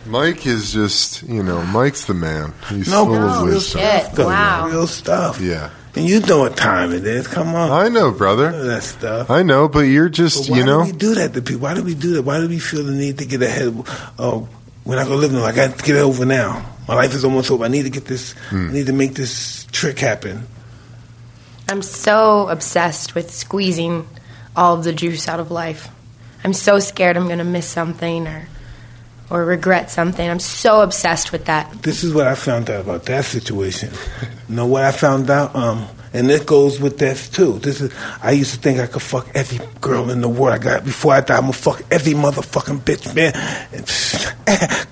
Speaker 1: Mike is just, you know, Mike's the man. He's
Speaker 2: No,
Speaker 1: full
Speaker 2: no,
Speaker 1: of
Speaker 2: real
Speaker 1: wisdom.
Speaker 3: shit.
Speaker 2: Stuff,
Speaker 3: Wow.
Speaker 2: Real stuff.
Speaker 1: Yeah.
Speaker 2: And you know what time it is. Come on.
Speaker 1: I know, brother.
Speaker 2: that stuff.
Speaker 1: I know, but you're
Speaker 2: But
Speaker 1: just,
Speaker 2: why
Speaker 1: you know,
Speaker 2: do we do that to people? Why do we do that? Why do we feel the need to get ahead? Oh, we're not gonna live no. I got to get it over now. My life is almost over. I need to get this.
Speaker 1: Hmm.
Speaker 2: I need to make this trick happen.
Speaker 3: I'm so obsessed with squeezing all of the juice out of life. I'm so scared I'm going to miss something or or regret something. I'm so obsessed with that.
Speaker 2: This is what I found out about that situation. you know what I found out? Um, and it goes with this too. This is I used to think I could fuck every girl in the world. I got before I die, I'm gonna fuck every motherfucking bitch, man.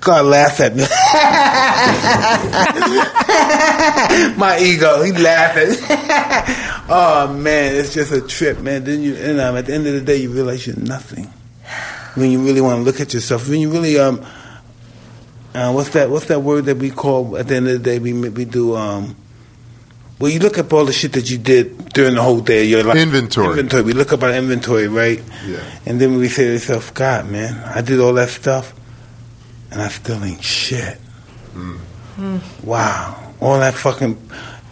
Speaker 2: God laugh at me. My ego, he laughing. oh man, it's just a trip, man. Then you and um, at the end of the day, you realize you're nothing when you really want to look at yourself, when you really um, uh, what's that? What's that word that we call at the end of the day? We we do um, well, you look up all the shit that you did during the whole day. Your life.
Speaker 1: Inventory.
Speaker 2: Inventory. We look up our inventory, right?
Speaker 1: Yeah.
Speaker 2: And then we say to ourselves, God, man, I did all that stuff, and I still ain't shit. Mm. Mm. Wow, all that fucking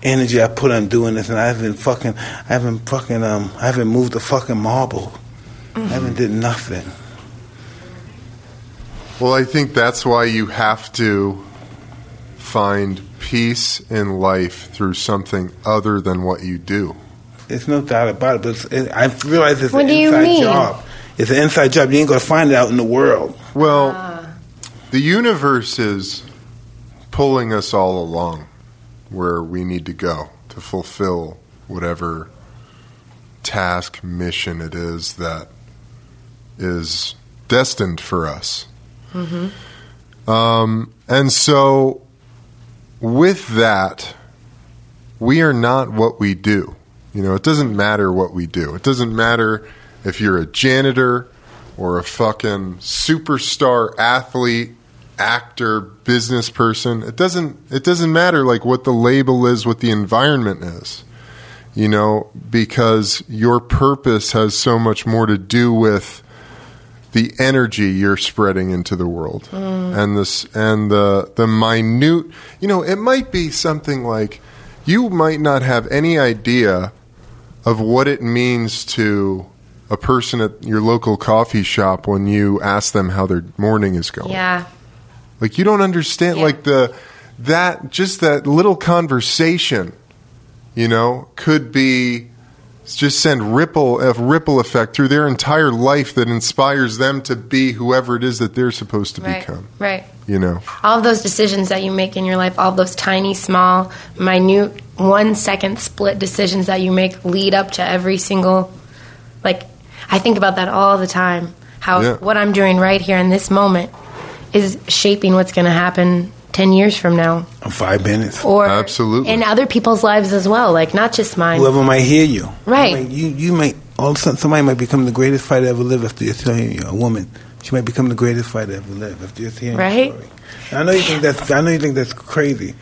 Speaker 2: energy I put on doing this, and I haven't fucking, I haven't fucking, um, I haven't moved a fucking marble. Mm-hmm. I haven't did nothing.
Speaker 1: Well, I think that's why you have to find peace in life through something other than what you do.
Speaker 2: There's no doubt about it, but it, I realize it's
Speaker 3: what
Speaker 2: an inside job. It's an inside job. You ain't going to find it out in the world.
Speaker 1: Well, ah. the universe is pulling us all along where we need to go to fulfill whatever task, mission it is that is destined for us. Mm-hmm. Um, and so, with that, we are not what we do. You know, it doesn't matter what we do. It doesn't matter if you're a janitor or a fucking superstar athlete, actor, business person. It doesn't. It doesn't matter like what the label is, what the environment is. You know, because your purpose has so much more to do with the energy you're spreading into the world mm. and this and the the minute you know it might be something like you might not have any idea of what it means to a person at your local coffee shop when you ask them how their morning is going
Speaker 3: yeah
Speaker 1: like you don't understand yeah. like the that just that little conversation you know could be just send ripple a ripple effect through their entire life that inspires them to be whoever it is that they're supposed to
Speaker 3: right,
Speaker 1: become.
Speaker 3: Right.
Speaker 1: You know.
Speaker 3: All of those decisions that you make in your life, all those tiny, small, minute, one second split decisions that you make lead up to every single like I think about that all the time. How
Speaker 1: yeah.
Speaker 3: what I'm doing right here in this moment is shaping what's gonna happen 10 years from now.
Speaker 2: Five minutes.
Speaker 3: Or
Speaker 1: Absolutely.
Speaker 3: In other people's lives as well, like not just mine.
Speaker 2: Whoever might hear you.
Speaker 3: Right.
Speaker 2: You, might, you, you might, all of a sudden, somebody might become the greatest fighter ever lived after you're telling you, a woman. She might become the greatest fighter ever lived after you're hearing
Speaker 3: right?
Speaker 2: I know you think that's, I know you think that's crazy.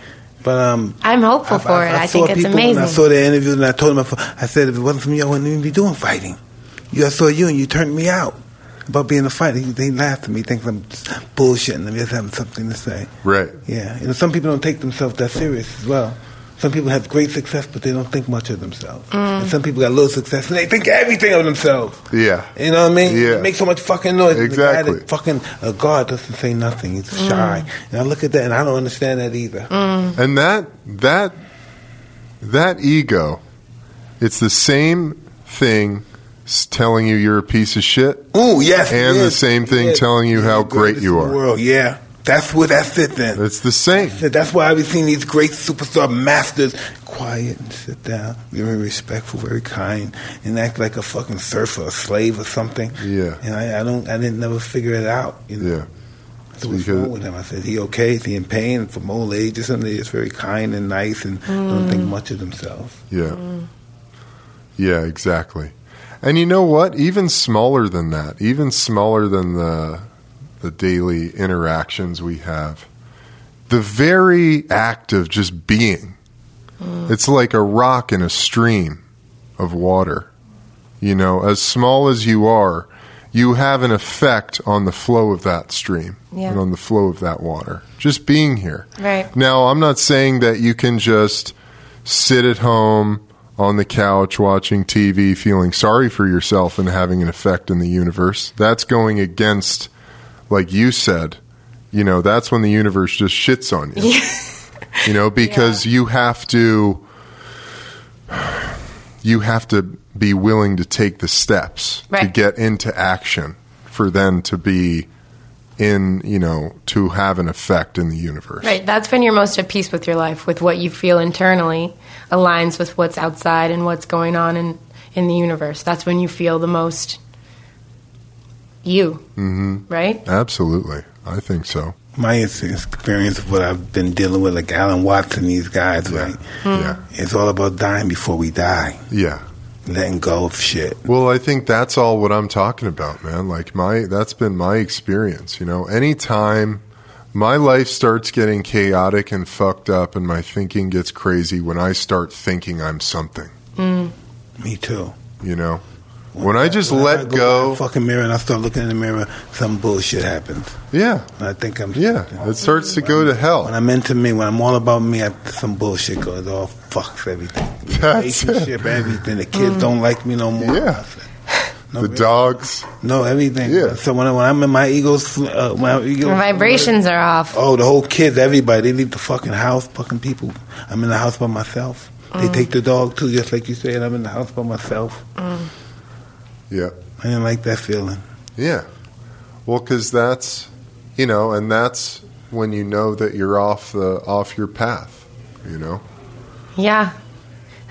Speaker 2: But um,
Speaker 3: I'm hopeful I, for I, it. I, I think it's amazing.
Speaker 2: I saw the interviews and I told them, I said, if it wasn't for you, I wouldn't even be doing fighting. You, I saw you and you turned me out about being a fighter. They laugh at me, think I'm bullshitting them, just having something to say.
Speaker 1: Right.
Speaker 2: Yeah. You know, some people don't take themselves that serious as well. Some people have great success, but they don't think much of themselves. Mm. And some people got little success, and they think everything of themselves.
Speaker 1: Yeah.
Speaker 2: You know what I mean?
Speaker 1: Yeah.
Speaker 2: They make so much fucking noise.
Speaker 1: Exactly.
Speaker 2: fucking uh, God doesn't say nothing. He's mm. shy. And I look at that, and I don't understand that either.
Speaker 3: Mm.
Speaker 1: And that that that ego, it's the same thing telling you you're a piece of shit.
Speaker 2: Oh yes,
Speaker 1: and
Speaker 2: yes,
Speaker 1: the same thing
Speaker 2: yes.
Speaker 1: telling you how great you are.
Speaker 2: world, yeah. That's what that's it then.
Speaker 1: It's the same.
Speaker 2: That's, that's why we've seen these great superstar masters quiet and sit down, very respectful, very kind, and act like a fucking serf or a slave or something.
Speaker 1: Yeah.
Speaker 2: And I, I don't I didn't never figure it out. You know?
Speaker 1: Yeah.
Speaker 2: So what's wrong with him? I said, he okay? Is he in pain from old age or something? He's very kind and nice and mm. don't think much of themselves.
Speaker 1: Yeah. Mm. Yeah, exactly. And you know what? Even smaller than that, even smaller than the the daily interactions we have, the very act of just being, mm. it's like a rock in a stream of water. You know, as small as you are, you have an effect on the flow of that stream
Speaker 3: yeah.
Speaker 1: and on the flow of that water. Just being here.
Speaker 3: Right.
Speaker 1: Now, I'm not saying that you can just sit at home on the couch watching TV, feeling sorry for yourself and having an effect in the universe. That's going against, like you said, you know, that's when the universe just shits on you. you know, because yeah. you have to, you have to be willing to take the steps
Speaker 3: right.
Speaker 1: to get into action for then to be in you know to have an effect in the universe.
Speaker 3: Right. That's when you're most at peace with your life, with what you feel internally aligns with what's outside and what's going on in, in the universe. That's when you feel the most you,
Speaker 1: hmm
Speaker 3: right?
Speaker 1: Absolutely, I think so.
Speaker 2: My ex- experience of what I've been dealing with, like Alan Watts and these guys, right?
Speaker 1: Yeah,
Speaker 2: It's all about dying before we die,
Speaker 1: yeah.
Speaker 2: letting go of shit.
Speaker 1: Well, I think that's all what I'm talking about, man. Like my that's been my experience, you know. Anytime my life starts getting chaotic and fucked up and my thinking gets crazy when I start thinking I'm something,
Speaker 2: Me too.
Speaker 1: you know. When I just
Speaker 2: When
Speaker 1: let
Speaker 2: I
Speaker 1: go-
Speaker 2: by the fucking mirror and I start looking in the mirror, some bullshit happens.
Speaker 1: Yeah.
Speaker 2: And I think I'm
Speaker 1: Yeah, it starts to go to hell.
Speaker 2: When I'm into me, when I'm all about me, I, some bullshit goes off, fucks everything.
Speaker 1: That's it. Mm.
Speaker 2: Relationship, everything. The kids don't like me no more.
Speaker 1: Yeah.
Speaker 2: No,
Speaker 1: the
Speaker 2: really.
Speaker 1: dogs.
Speaker 2: No, everything.
Speaker 1: Yeah.
Speaker 2: So when, I- when I'm in my ego's, uh, my ego,
Speaker 3: Your vibrations are off.
Speaker 2: Oh, the whole kids, everybody, they leave the fucking house, fucking people. I'm in the house by myself. They take the dog too, just like you said. I'm in the house by myself.
Speaker 1: Yeah.
Speaker 2: I didn't like that feeling.
Speaker 1: Yeah. Well, cuz that's, you know, and that's when you know that you're off the off your path, you know.
Speaker 3: Yeah.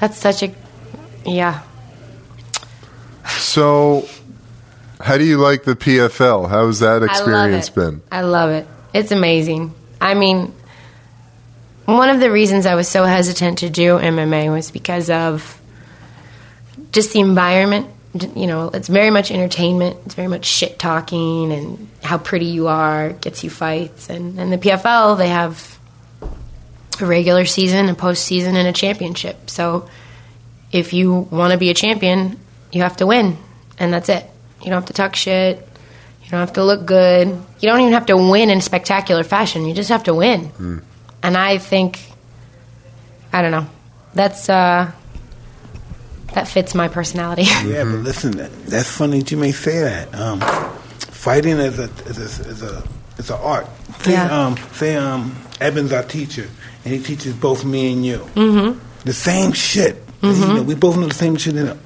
Speaker 3: That's such a yeah.
Speaker 1: So, how do you like the PFL? How's that experience
Speaker 3: I love it.
Speaker 1: been?
Speaker 3: I love it. It's amazing. I mean, one of the reasons I was so hesitant to do MMA was because of just the environment. D- You know, it's very much entertainment. It's very much shit talking and how pretty you are gets you fights. And and the PFL they have a regular season, a postseason, and a championship. So if you want to be a champion, you have to win, and that's it. You don't have to talk shit. You don't have to look good. You don't even have to win in spectacular fashion. You just have to win. And I think, I don't know. That's uh, that fits my personality.
Speaker 2: Yeah, but listen, that, that's funny that you may say that. Um, fighting is a is a is a, is a art. Say,
Speaker 3: Yeah.
Speaker 2: um, say um, Evan's our teacher, and he teaches both me and you. Mm-hmm. The same shit.
Speaker 3: Mm-hmm.
Speaker 2: You know, we both know the same shit. In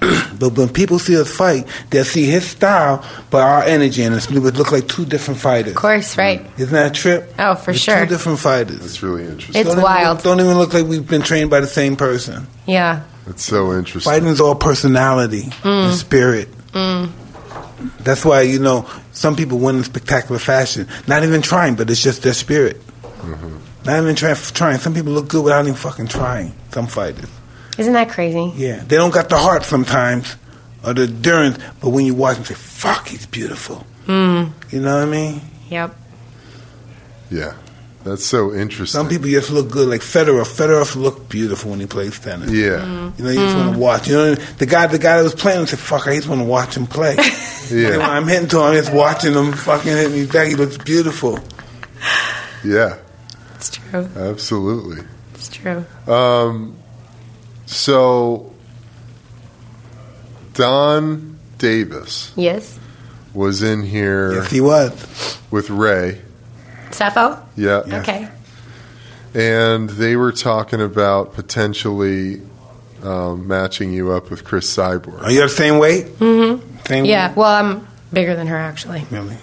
Speaker 2: but when people see us fight, they'll see his style, but our energy, and it's- it would look like two different fighters.
Speaker 3: of course, right?
Speaker 2: Isn't that a trip?
Speaker 3: Oh, for
Speaker 2: We're
Speaker 3: sure.
Speaker 2: Two different fighters.
Speaker 1: It's really interesting.
Speaker 3: It's
Speaker 2: Don't even-
Speaker 3: wild.
Speaker 2: don't even look like we've been trained by the same person.
Speaker 3: Yeah.
Speaker 1: It's so interesting.
Speaker 2: Fighting's all personality and spirit. That's why, you know, some people win in spectacular fashion. Not even trying, but it's just their spirit. Not even try, trying. Some people look good without even fucking trying. Some fighters.
Speaker 3: Isn't that crazy?
Speaker 2: Yeah. They don't got the heart sometimes or the endurance, but when you watch them, say, fuck, he's beautiful. You know what I mean?
Speaker 3: Yep.
Speaker 1: Yeah, that's so interesting.
Speaker 2: Some people just look good, like Federer. Federer looked beautiful when he plays tennis.
Speaker 1: Yeah,
Speaker 2: You know, you just want to watch. You know, the guy, the guy that was playing said, "Fuck, I just want to watch him play."
Speaker 1: Yeah.
Speaker 2: And when I'm hitting to him, I'm just watching him fucking hit me back. He looks beautiful.
Speaker 3: Mm-hmm.
Speaker 1: yeah,
Speaker 3: It's true.
Speaker 1: absolutely. Um,
Speaker 3: It's true.
Speaker 1: So, Don Davis
Speaker 3: Yes.
Speaker 1: was in here
Speaker 2: Yes, he was.
Speaker 1: with Ray.
Speaker 3: Sappho?
Speaker 1: Yeah.
Speaker 3: Okay.
Speaker 1: And they were talking about potentially um, matching you up with Chris
Speaker 2: Are
Speaker 1: Cyborg.
Speaker 2: you the same weight? Mm-hmm. Same
Speaker 3: Yeah.
Speaker 2: weight.
Speaker 3: Well, I'm bigger than her actually.
Speaker 2: Really?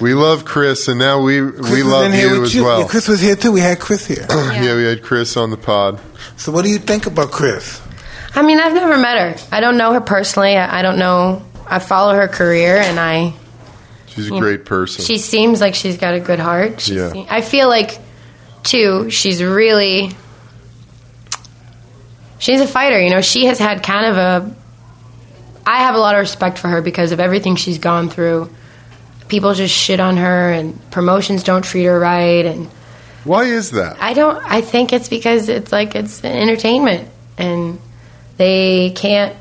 Speaker 1: We love Chris, and now we we
Speaker 2: was in
Speaker 1: love
Speaker 2: here
Speaker 1: you
Speaker 2: with
Speaker 1: as well.
Speaker 2: Yeah, Chris was here too. We had Chris here.
Speaker 1: yeah, we had Chris on the pod.
Speaker 2: so, what do you think about Chris?
Speaker 3: I mean, I've never met her. I don't know her personally. I I don't know. I follow her career and I
Speaker 1: She's a great person.
Speaker 3: She seems like she's got a good heart. She
Speaker 1: Yeah.
Speaker 3: se- I feel like, too, she's really. She's a fighter. You know, she has had kind of a. I have a lot of respect for her because of everything she's gone through. People just shit on her, and promotions don't treat her right, and
Speaker 1: Why is that?
Speaker 3: I don't. I think it's because it's like it's entertainment, and they can't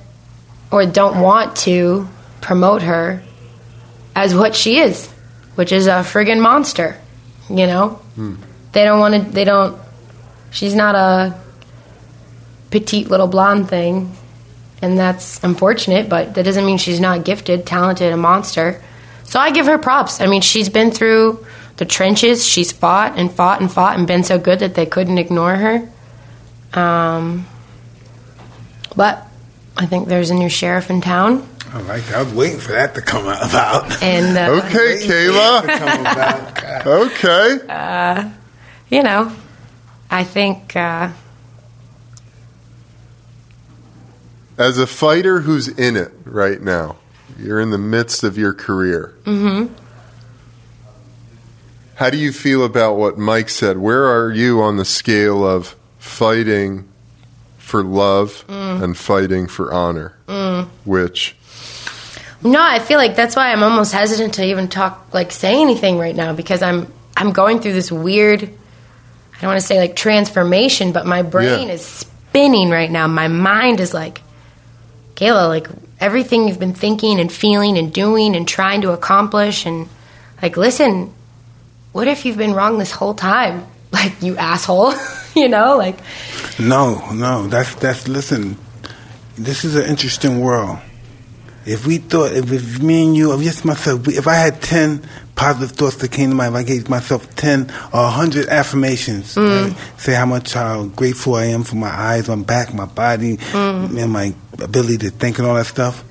Speaker 3: or don't want to promote her as what she is, which is a friggin' monster. You know, they don't want to. They don't. She's not a petite little blonde thing, and that's unfortunate. But that doesn't mean she's not gifted, talented, a monster. So I give her props. I mean, she's been through the trenches. She's fought and fought and fought and been so good that they couldn't ignore her. Um, but I think there's a new sheriff in town,
Speaker 2: I like. I was waiting for that to come about.
Speaker 3: and uh,
Speaker 1: Okay,
Speaker 2: To
Speaker 1: Kayla.
Speaker 2: come about. God.
Speaker 1: Okay.
Speaker 3: you know, I think uh,
Speaker 1: As a fighter who's in it right now, you're in the midst of your career. Mm-hmm. How do you feel about what Mike said? Where are you on the scale of fighting for love and fighting for honor? Which
Speaker 3: no, I feel like that's why I'm almost hesitant to even talk, like say anything right now because I'm I'm going through this weird, I don't want to say like transformation, but my brain
Speaker 1: Yeah.
Speaker 3: is spinning right now. My mind is like, Kayla, like everything you've been thinking and feeling and doing and trying to accomplish, and like listen, what if you've been wrong this whole time? Like you asshole, you know, like
Speaker 2: No, no. That's that's. Listen, this is an interesting world. If we thought, if, if me and you, if just myself, we- if I had ten positive thoughts that came to mind, if I gave myself ten or hundred affirmations, right, say how much how grateful I am for my eyes, my back, my body, and my ability to think and all that stuff.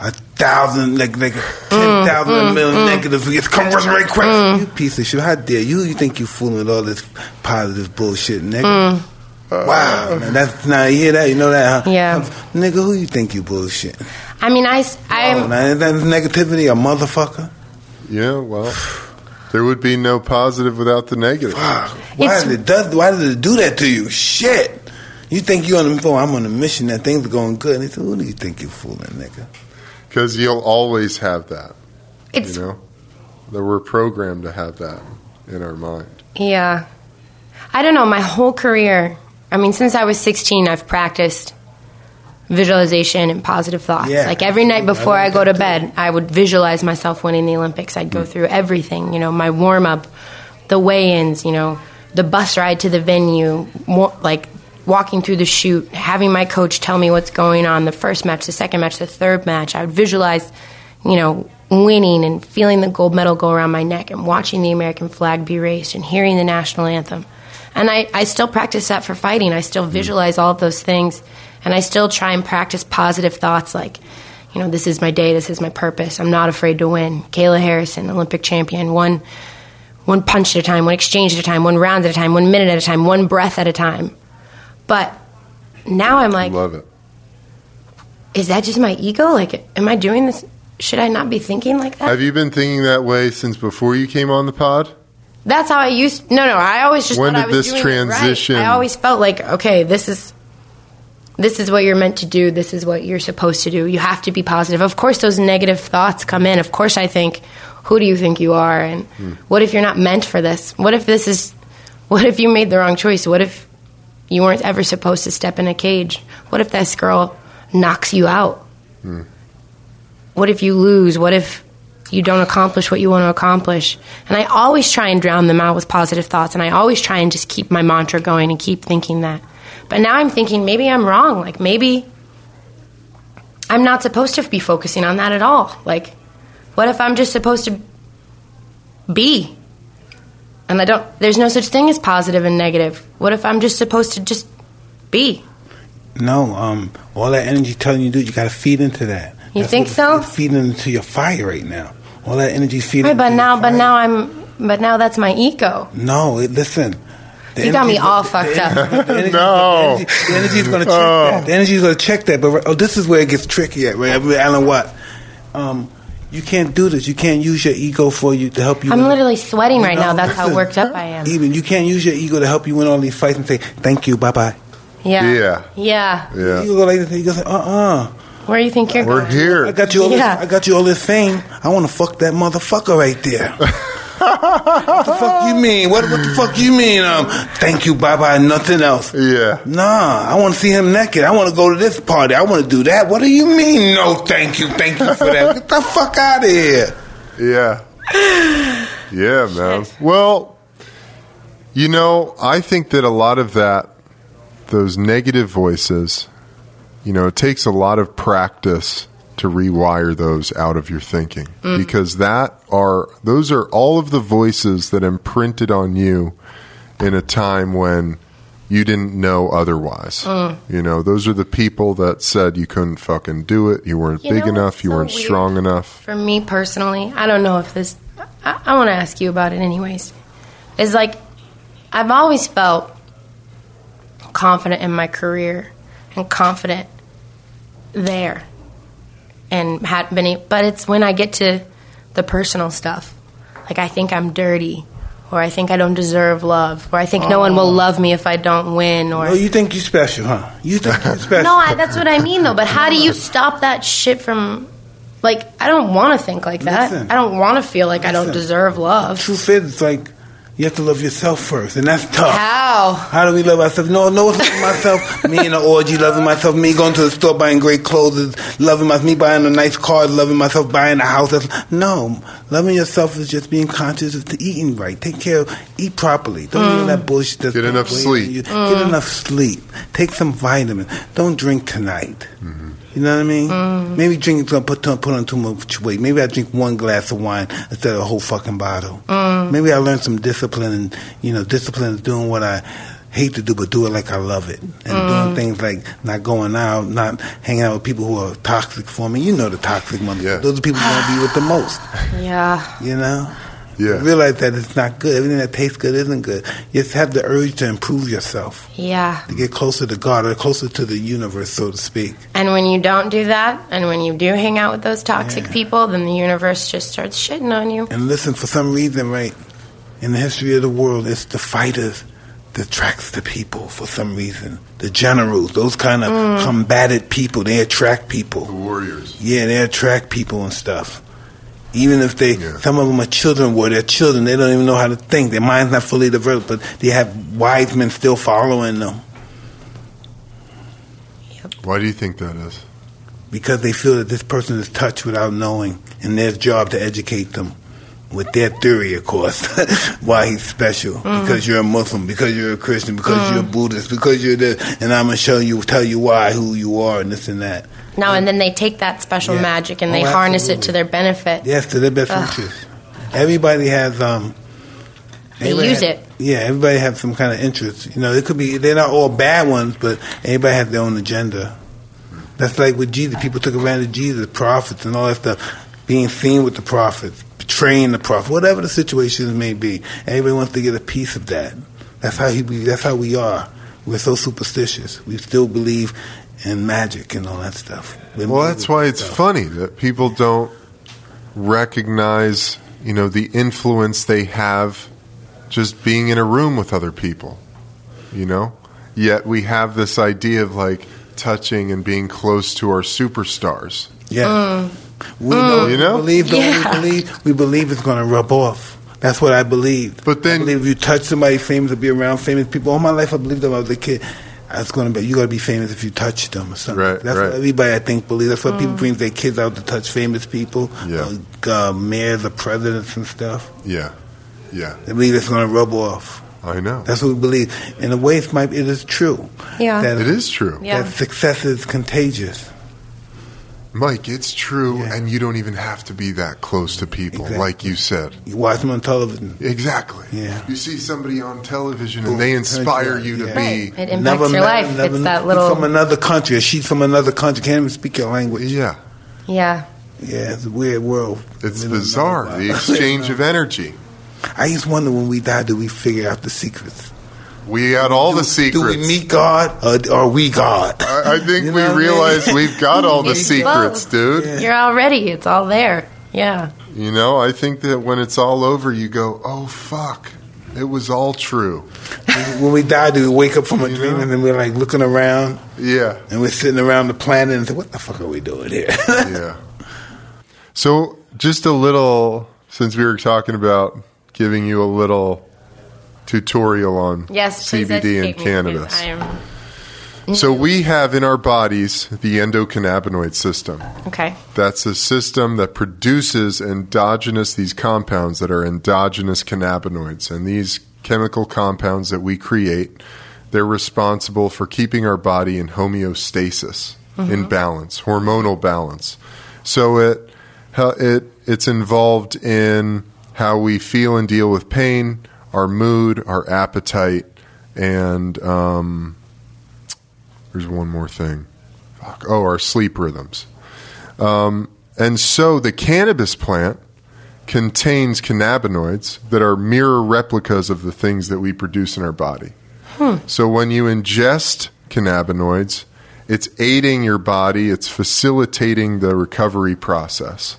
Speaker 2: A thousand, like like ten thousand a million negatives, it's come rushing right quick. You piece of shit! How dare you? You think you fooling with all this positive bullshit, nigga? Wow, man, that's now you hear that, you know that, huh?
Speaker 3: Yeah.
Speaker 2: nigga, who you think you bullshit?
Speaker 3: I mean, I s- I'm.
Speaker 2: Oh, now, is that negativity, a motherfucker.
Speaker 1: Yeah, well, there would be no positive without the negative.
Speaker 2: Why
Speaker 3: It's-
Speaker 2: did it does? Why did it do that to you? Shit, you think you on the phone? I'm on a mission. That things are going good. And he said, who do you think you fooling, nigga?
Speaker 1: Because you'll always have that,
Speaker 3: It's
Speaker 1: you know? That we're programmed to have that in our mind.
Speaker 3: Yeah. I don't know, my whole career, I mean, since I was 16, I've practiced visualization and positive thoughts.
Speaker 2: Yeah.
Speaker 3: Like every night before
Speaker 2: I
Speaker 3: I,
Speaker 2: like
Speaker 3: go
Speaker 2: that Mm.
Speaker 3: to bed, I would visualize myself winning the Olympics. I'd go through everything, you know, my warm up, the weigh ins, you know, the bus ride to the venue, more, like walking through the chute, having my coach tell me what's going on the first match, the second match, the third match. I would visualize, you know, winning and feeling the gold medal go around my neck and watching the American flag be raised and hearing the national anthem. And I, I still practice that for fighting. I still visualize all of those things. And I still try and practice positive thoughts like, you know, this is my day, this is my purpose. I'm not afraid to win. Kayla Harrison, Olympic champion, one one punch at a time, one exchange at a time, one round at a time, one minute at a time, one breath at a time. But now I'm like,
Speaker 1: Love it.
Speaker 3: is that just my ego? Like, am I doing this? Should I not be thinking like that?
Speaker 1: Have you been thinking that way since before you came on the pod?
Speaker 3: That's how I used. No, no, I always just.
Speaker 1: When
Speaker 3: thought
Speaker 1: did
Speaker 3: I was
Speaker 1: this
Speaker 3: doing it right.
Speaker 1: transition-
Speaker 3: I always felt like, okay, this is, this is what you're meant to do. This is what you're supposed to do. You have to be positive. Of course, those negative thoughts come in. Of course, I think, who do you think you are? And
Speaker 1: Hmm.
Speaker 3: what if you're not meant for this? What if this is? What if you made the wrong choice? What if you weren't ever supposed to step in a cage? What if this girl knocks you out?
Speaker 1: Hmm.
Speaker 3: What if you lose? What if you don't accomplish what you want to accomplish? And I always try and drown them out with positive thoughts, and I always try and just keep my mantra going and keep thinking that. But now I'm thinking maybe I'm wrong. Like maybe I'm not supposed to be focusing on that at all. Like, what if I'm just supposed to be? And I don't, there's no such thing as positive and negative. What if I'm just supposed to just be?
Speaker 2: No, um, all that energy telling you to do, you got to feed into that.
Speaker 3: You
Speaker 2: That's
Speaker 3: think
Speaker 2: what-
Speaker 3: so?
Speaker 2: you're Feeding into your fire right now. All that energy feeding.
Speaker 3: Right, but
Speaker 2: into your
Speaker 3: now, but
Speaker 2: fire.
Speaker 3: now I'm, but now that's my ego.
Speaker 2: No, it, listen. The
Speaker 3: You got me
Speaker 2: energy-
Speaker 3: all
Speaker 2: the-
Speaker 3: fucked
Speaker 2: the
Speaker 3: up.
Speaker 2: energy- the energy-
Speaker 1: No.
Speaker 2: the energy- The energy's going to check
Speaker 1: Oh.
Speaker 2: that. The energy's going to check that. But oh, this is where it gets tricky at. Right, Alan Watt. Um, you can't do this. You can't use your ego for you to help you.
Speaker 3: I'm
Speaker 2: win.
Speaker 3: literally sweating right
Speaker 2: No,
Speaker 3: now. That's how
Speaker 2: listen.
Speaker 3: worked up I am.
Speaker 2: Even you can't use your ego to help you win all these fights and say thank you, bye bye.
Speaker 3: Yeah.
Speaker 1: Yeah.
Speaker 3: Yeah.
Speaker 1: Yeah.
Speaker 2: You go like this. You go, uh uh
Speaker 3: Where do you think you're
Speaker 1: We're
Speaker 3: going?
Speaker 2: I
Speaker 1: here.
Speaker 2: got you all
Speaker 3: Yeah.
Speaker 2: this. I got you all this fame. I want to fuck that motherfucker right there. what the fuck you mean? What what the fuck you mean? Um, thank you, bye bye, nothing else.
Speaker 1: Yeah.
Speaker 2: Nah, I want to see him naked. I want to go to this party. I want to do that. What do you mean? No, thank you, thank you for that. Get the fuck out of here.
Speaker 1: Yeah. Yeah, man. Well, you know, I think that a lot of that, those negative voices, you know, it takes a lot of practice to rewire those out of your thinking
Speaker 3: Mm.
Speaker 1: because that are, those are all of the voices that imprinted on you in a time when you didn't know otherwise.
Speaker 3: Mm.
Speaker 1: You know, those are the people that said you couldn't fucking do it, you weren't
Speaker 3: You
Speaker 1: big
Speaker 3: know,
Speaker 1: enough,
Speaker 3: it's
Speaker 1: you
Speaker 3: so
Speaker 1: weren't
Speaker 3: weird.
Speaker 1: strong enough.
Speaker 3: For me personally, I don't know if this. I, I want to ask you about it, anyways. Is like I've always felt confident in my career and confident there, and had been. a- But it's when I get to the personal stuff, like I think I'm dirty. Or I think I don't deserve love, or I think no one
Speaker 1: Oh.
Speaker 3: will love me if I don't win, or
Speaker 2: Oh, you think you special, huh? You think you special?
Speaker 3: no, I, that's what I mean though. But how do you stop that shit from? Like, I don't want to think like that.
Speaker 2: Listen.
Speaker 3: I don't want to feel like I don't
Speaker 2: Listen.
Speaker 3: deserve love.
Speaker 2: Truth is, it's like you have to love yourself first, and that's tough.
Speaker 3: How?
Speaker 2: How do we love ourselves? No, no, it's loving myself. me in an orgy, loving myself. Me going to the store, buying great clothes, loving myself. Me buying a nice car, loving myself. Buying a house. That's- No, loving yourself is just being conscious of the eating right. Take care, of, eat properly. Don't eat all that bullshit. that's
Speaker 1: Get
Speaker 2: been
Speaker 1: enough
Speaker 2: weighing
Speaker 1: sleep.
Speaker 2: you. Get enough sleep. Take some vitamins. Don't drink tonight. You know what I mean? Maybe drink gonna put put on too much weight. Maybe I drink one glass of wine instead of a whole fucking bottle. Maybe I learned some discipline, and you know, discipline is doing what I hate to do, but do it like I love it, and doing things like not going out, not hanging out with people who are toxic for me. You know the toxic ones.
Speaker 1: Yeah.
Speaker 2: Those are the people you want to be with the most.
Speaker 3: Yeah.
Speaker 2: You know.
Speaker 1: Yeah.
Speaker 2: Realize that it's not good. Everything that tastes good isn't good. You just have the urge to improve yourself
Speaker 3: Yeah.
Speaker 2: to get closer to God or closer to the universe, so to speak.
Speaker 3: And when you don't do that, and when you do hang out with those toxic people, then the universe just starts shitting on you.
Speaker 2: And listen, for some reason, right, in the history of the world, it's the fighters that attracts the people for some reason. The generals, those kind of combated people, they attract people.
Speaker 1: Warriors.
Speaker 2: Yeah, they attract people and stuff. Even if they,
Speaker 1: Yeah.
Speaker 2: some of them are children, were they're children, they don't even know how to think. Their mind's not fully developed, but they have wise men still following them
Speaker 1: Why do you think that is?
Speaker 2: because they feel that this person is touched without knowing, and their job to educate them with their theory, of course, why he's special
Speaker 3: Mm.
Speaker 2: because you're a Muslim, because you're a Christian, because you're a Buddhist, because you're this, and I'm gonna show you, tell you why, who you are, and this and that.
Speaker 3: No, and then they take that special
Speaker 2: Yeah.
Speaker 3: magic and they
Speaker 2: Oh,
Speaker 3: harness it
Speaker 2: absolutely.
Speaker 3: to their benefit.
Speaker 2: Yes, to their best
Speaker 3: Ugh.
Speaker 2: interest. Everybody has um.
Speaker 3: They
Speaker 2: everybody
Speaker 3: use
Speaker 2: has-
Speaker 3: it.
Speaker 2: Yeah, everybody has some kind of interest. You know, it could be they're not all bad ones, but everybody has their own agenda. That's like with Jesus. People took advantage of Jesus, prophets, and all that stuff. Being seen with the prophets, betraying the prophet, whatever the situation may be. Everybody wants to get a piece of that. That's how he. That's how we are. We're so superstitious. We still believe in magic and all that stuff. We
Speaker 1: Well,
Speaker 2: believe
Speaker 1: that's
Speaker 2: in
Speaker 1: why it's
Speaker 2: stuff.
Speaker 1: funny that people don't recognize, you know, the influence they have just being in a room with other people, you know? Yet we have this idea of like touching and being close to our superstars.
Speaker 2: Yeah. We know,
Speaker 1: Uh, You
Speaker 2: you
Speaker 1: know?
Speaker 2: know? believe don't
Speaker 3: Yeah.
Speaker 2: we believe we believe it's going to rub off. That's what I believe.
Speaker 1: But then-
Speaker 2: I believe if you touch somebody famous or be around famous people, all my life I believed them. I was a kid. I was going to be. You got to be famous if you touch them or something.
Speaker 1: Right,
Speaker 2: That's
Speaker 1: right.
Speaker 2: what everybody I think believes. That's why people
Speaker 3: Mm.
Speaker 2: bring their kids out to touch famous people,
Speaker 1: Yeah.
Speaker 2: uh, uh, mayors or presidents and stuff.
Speaker 1: Yeah. Yeah.
Speaker 2: They believe it's going to rub off.
Speaker 1: I know.
Speaker 2: That's what we believe. In a way, it's might it is true.
Speaker 3: Yeah.
Speaker 2: That,
Speaker 1: it is true.
Speaker 3: Yeah.
Speaker 2: that success is contagious.
Speaker 1: Mike, it's true
Speaker 2: Yeah.
Speaker 1: and you don't even have to be that close to people
Speaker 2: Exactly.
Speaker 1: like you said.
Speaker 2: You watch them on television.
Speaker 1: Exactly.
Speaker 2: Yeah.
Speaker 1: You see somebody on television
Speaker 2: Boom.
Speaker 1: and they inspire
Speaker 2: Yeah.
Speaker 1: you to
Speaker 2: Yeah.
Speaker 1: be
Speaker 3: Right. It impacts your
Speaker 2: met
Speaker 3: life.
Speaker 2: him, never
Speaker 3: it's
Speaker 2: knew-
Speaker 3: that
Speaker 2: he's
Speaker 3: little.
Speaker 2: from another country, or she's from another country, can't even speak your language.
Speaker 1: Yeah.
Speaker 3: yeah.
Speaker 2: Yeah, it's a weird world.
Speaker 1: It's
Speaker 2: We don't know
Speaker 1: bizarre.
Speaker 2: about
Speaker 1: The
Speaker 2: it.
Speaker 1: exchange of energy.
Speaker 2: I just wonder when we die, do we figure out the secrets?
Speaker 1: We got all the
Speaker 2: Do we
Speaker 1: secrets. Uh,
Speaker 2: meet God, or are we God?
Speaker 1: I, I think
Speaker 2: You
Speaker 1: we
Speaker 2: know what I
Speaker 1: realize
Speaker 2: mean?
Speaker 1: we've got all the
Speaker 3: It's
Speaker 1: secrets,
Speaker 3: both.
Speaker 1: dude.
Speaker 2: Yeah.
Speaker 3: You're already. It's all there. Yeah.
Speaker 1: You know, I think that when it's all over, you go, oh, fuck. It was all true.
Speaker 2: when we die, do we wake up from a
Speaker 1: You
Speaker 2: dream
Speaker 1: know?
Speaker 2: and then we're like looking around
Speaker 1: Yeah.
Speaker 2: and we're sitting around the planet and say, "What the fuck are we doing here?"
Speaker 1: Yeah. So, just a little, since we were talking about giving you a little tutorial on
Speaker 3: Yes. please
Speaker 1: CBD and
Speaker 3: educate me, because
Speaker 1: cannabis.
Speaker 3: I am-
Speaker 1: So, we have in our bodies the endocannabinoid system.
Speaker 3: Okay.
Speaker 1: That's a system that produces endogenous these compounds that are endogenous cannabinoids, and these chemical compounds that we create, they're responsible for keeping our body in homeostasis, in balance, hormonal balance. So it how- it it's involved in how we feel and deal with pain, our mood, our appetite, and um, there's one more thing. Fuck. Oh, our sleep rhythms. Um, and so the cannabis plant contains cannabinoids that are mirror replicas of the things that we produce in our body. So when you ingest cannabinoids, it's aiding your body, it's facilitating the recovery process.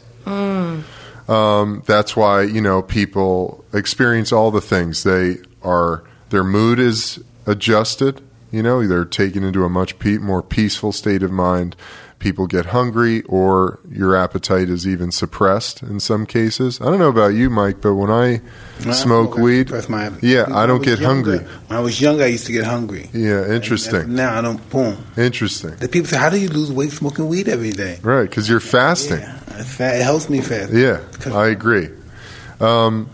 Speaker 1: Um, that's why you know people experience all the things. They are their mood is adjusted. You know they're taken into a much pe- more peaceful state of mind. People get hungry, or your appetite is even suppressed in some cases. I don't know about you, Mike, but when I
Speaker 2: When I
Speaker 1: smoke
Speaker 2: I
Speaker 1: weed,
Speaker 2: suppress my appetite.
Speaker 1: yeah,
Speaker 2: When
Speaker 1: I don't
Speaker 2: was
Speaker 1: get
Speaker 2: younger-
Speaker 1: hungry.
Speaker 2: When I was younger, I used to get hungry.
Speaker 1: Yeah, interesting,
Speaker 2: Now I don't. Boom.
Speaker 1: interesting,
Speaker 2: The people say, "How do you lose weight smoking weed every day?"
Speaker 1: right? Because you're fasting.
Speaker 2: Yeah, it's fat- it helps me fast.
Speaker 1: Yeah,
Speaker 2: Because-
Speaker 1: I agree. Um,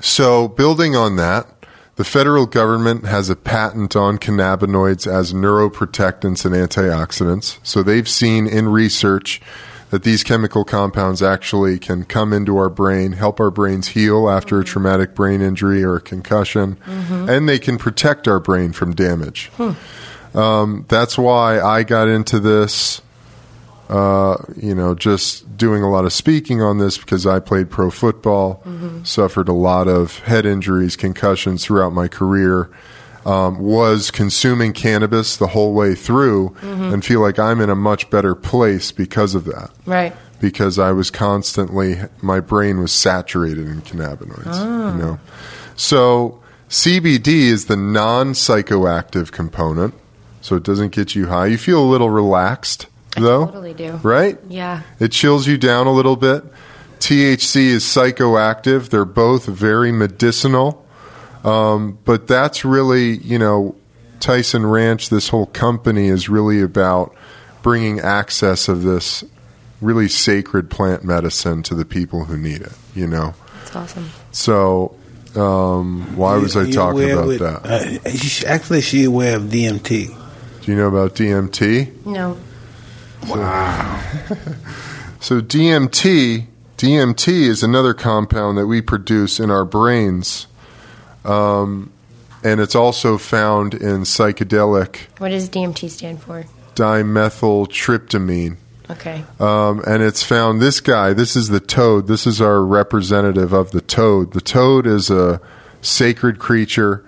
Speaker 1: so, building on that, the federal government has a patent on cannabinoids as neuroprotectants and antioxidants. So, they've seen in research that these chemical compounds actually can come into our brain, help our brains heal after a traumatic brain injury or a concussion, and they can protect our brain from damage. Um, that's why I got into this uh, you know, just doing a lot of speaking on this because I played pro football, suffered a lot of head injuries, concussions throughout my career. Um, was consuming cannabis the whole way through and feel like I'm in a much better place because of that.
Speaker 3: Right.
Speaker 1: Because I was constantly, my brain was saturated in cannabinoids. You know? So CBD is the non psychoactive component. So it doesn't get you high. You feel a little relaxed, though
Speaker 3: Totally do.
Speaker 1: right?
Speaker 3: Yeah.
Speaker 1: It chills you down a little bit. THC is psychoactive. They're both very medicinal. Um, but that's really, you know, Tyson Ranch, this whole company is really about bringing access of this really sacred plant medicine to the people who need it, you know?
Speaker 3: That's awesome.
Speaker 1: So, um, why was I
Speaker 2: You're
Speaker 1: talking
Speaker 2: aware
Speaker 1: about
Speaker 2: with-
Speaker 1: that?
Speaker 2: Uh, you should- actually, she aware of DMT.
Speaker 1: Do you know about DMT?
Speaker 3: No.
Speaker 1: So DMT, DMT is another compound that we produce in our brains, um, and it's also found in psychedelic
Speaker 3: What does DMT stand for?
Speaker 1: dimethyltryptamine.
Speaker 3: Okay.
Speaker 1: Um, and it's found this guy, this is the toad, this is our representative of the toad. The toad is a sacred creature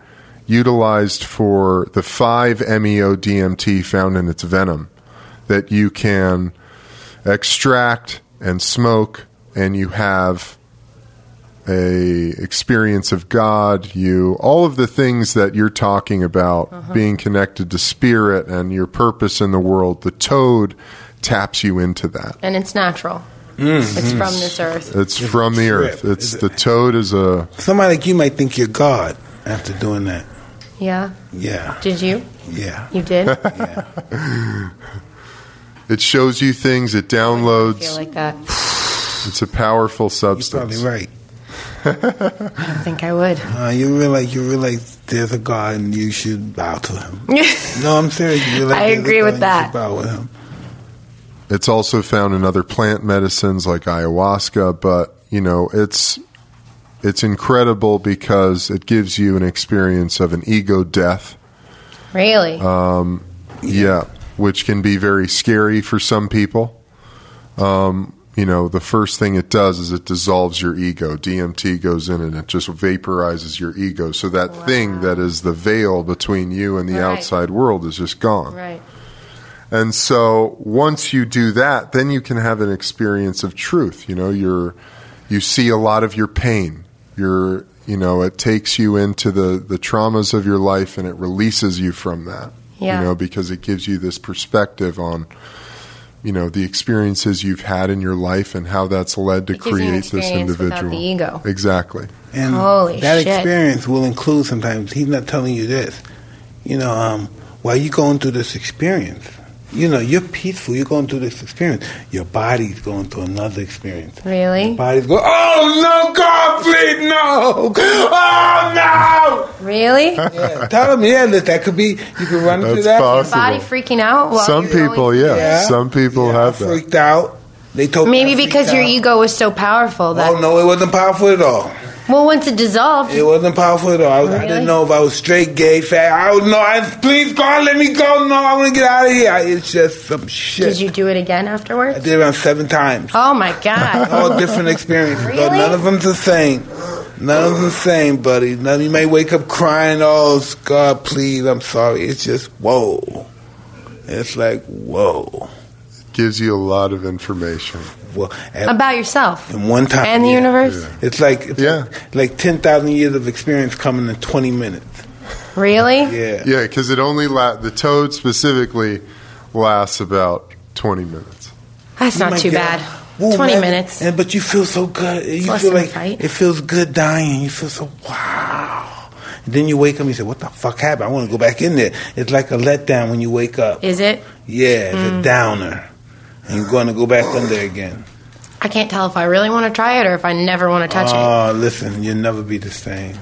Speaker 1: utilized for the E 5 MEO DMT found in its venom that you can extract and smoke, and you have a experience of God, you all of the things that you're talking about, being connected to spirit and your purpose in the world, the toad taps you into that.
Speaker 3: And it's natural.
Speaker 1: Mm.
Speaker 3: It's from this earth.
Speaker 1: It's from the
Speaker 2: trip.
Speaker 1: earth. It's
Speaker 2: Is it-
Speaker 1: the toad is a
Speaker 2: Somebody like you might think you're God after doing that.
Speaker 3: Yeah.
Speaker 2: Yeah,
Speaker 3: Did you?
Speaker 2: yeah.
Speaker 3: You did? I
Speaker 1: it shows you things, it
Speaker 3: feel
Speaker 1: downloads.
Speaker 3: like that.
Speaker 1: it's a powerful
Speaker 2: You're
Speaker 1: substance.
Speaker 2: probably right.
Speaker 3: I think I would.
Speaker 2: Uh, you realize you realize there's a God and you should bow to him. No, I'm serious. You realize
Speaker 3: I
Speaker 2: there's a
Speaker 3: agree
Speaker 2: God
Speaker 3: with
Speaker 2: and you should
Speaker 3: that.
Speaker 2: Bow with him.
Speaker 1: It's also found in other plant medicines like ayahuasca, but you know, it's it's incredible because it gives you an experience of an ego death.
Speaker 3: really?
Speaker 1: Uh, Yeah, which can be very scary for some people. Um, you know, the first thing it does is it dissolves your ego. DMT goes in and it just vaporizes your ego. So that thing that is the veil between you and the
Speaker 3: Right.
Speaker 1: outside world is just gone.
Speaker 3: right.
Speaker 1: And so once you do that, then you can have an experience of truth. You know, you're you see a lot of your pain. You're you know, it takes you into the, the traumas of your life and it releases you from that.
Speaker 3: Yeah.
Speaker 1: You know, because it gives you this perspective on you know, the experiences you've had in your life and how that's led to
Speaker 3: It gives you an
Speaker 1: create this
Speaker 3: experience without
Speaker 1: individual.
Speaker 3: the ego.
Speaker 1: Exactly.
Speaker 2: And
Speaker 3: Holy
Speaker 2: that
Speaker 3: shit.
Speaker 2: experience will include sometimes he's not telling you this. You know, um, while you're going through this experience, you know, you're peaceful, you're going through this experience. Your body's going through another experience. Your
Speaker 3: Really?
Speaker 2: body's going, Oh no, God, please no. Oh
Speaker 3: Really?
Speaker 2: no. Yeah, tell him, yeah, that, that could be you could run into
Speaker 1: That's
Speaker 2: that.
Speaker 1: possible.
Speaker 3: Body freaking out? while
Speaker 1: some
Speaker 3: you're going-
Speaker 1: people, yeah,
Speaker 2: Yeah.
Speaker 1: Some people
Speaker 2: Yeah,
Speaker 1: have that.
Speaker 2: I freaked out. They told me I
Speaker 3: Maybe
Speaker 2: freaked
Speaker 3: because your
Speaker 2: out.
Speaker 3: ego was so powerful that
Speaker 2: Oh no, it wasn't powerful at all.
Speaker 4: Well, once it dissolved,
Speaker 2: It wasn't powerful at all. I, was, I
Speaker 4: Really?
Speaker 2: didn't know if I was straight, gay, fat. I don't know. I, please, God, let me go. No, I want to get out of here. I, it's just some shit.
Speaker 4: did you do it again
Speaker 2: I
Speaker 4: afterwards?
Speaker 2: did it around seven times.
Speaker 4: Oh my god!
Speaker 2: All different experiences. though.
Speaker 4: Really?
Speaker 2: None of them's the same. None of them's the same, buddy. None. You may wake up crying. Oh, God, please, I'm sorry. It's just whoa. It's like whoa.
Speaker 1: Gives you a lot of information.
Speaker 2: Well, and,
Speaker 4: About yourself
Speaker 2: and one time
Speaker 4: and the
Speaker 2: yeah.
Speaker 4: universe.
Speaker 2: It's like it's
Speaker 1: Yeah.
Speaker 2: like, like ten thousand years of experience coming in twenty minutes.
Speaker 4: Really?
Speaker 2: Yeah.
Speaker 1: Yeah, because it only la- the toad specifically lasts about twenty minutes. Oh
Speaker 3: That's
Speaker 2: You
Speaker 3: not
Speaker 2: might
Speaker 3: too
Speaker 2: get
Speaker 3: bad.
Speaker 2: out. Woo,
Speaker 3: 20
Speaker 2: man.
Speaker 3: minutes.
Speaker 2: And but you feel so good. You
Speaker 4: less
Speaker 2: feel
Speaker 4: than a
Speaker 2: like
Speaker 4: fight.
Speaker 2: it feels good dying. You feel so wow. And then you wake up and you say, "What the fuck happened? I want to go back in there." It's like a letdown when you wake up.
Speaker 3: Is it?
Speaker 2: yeah, it's a downer. And you're going to go back in there again.
Speaker 3: I can't tell if I really want to try it or if I never want to touch it.
Speaker 2: Oh, listen, you'll never be the same.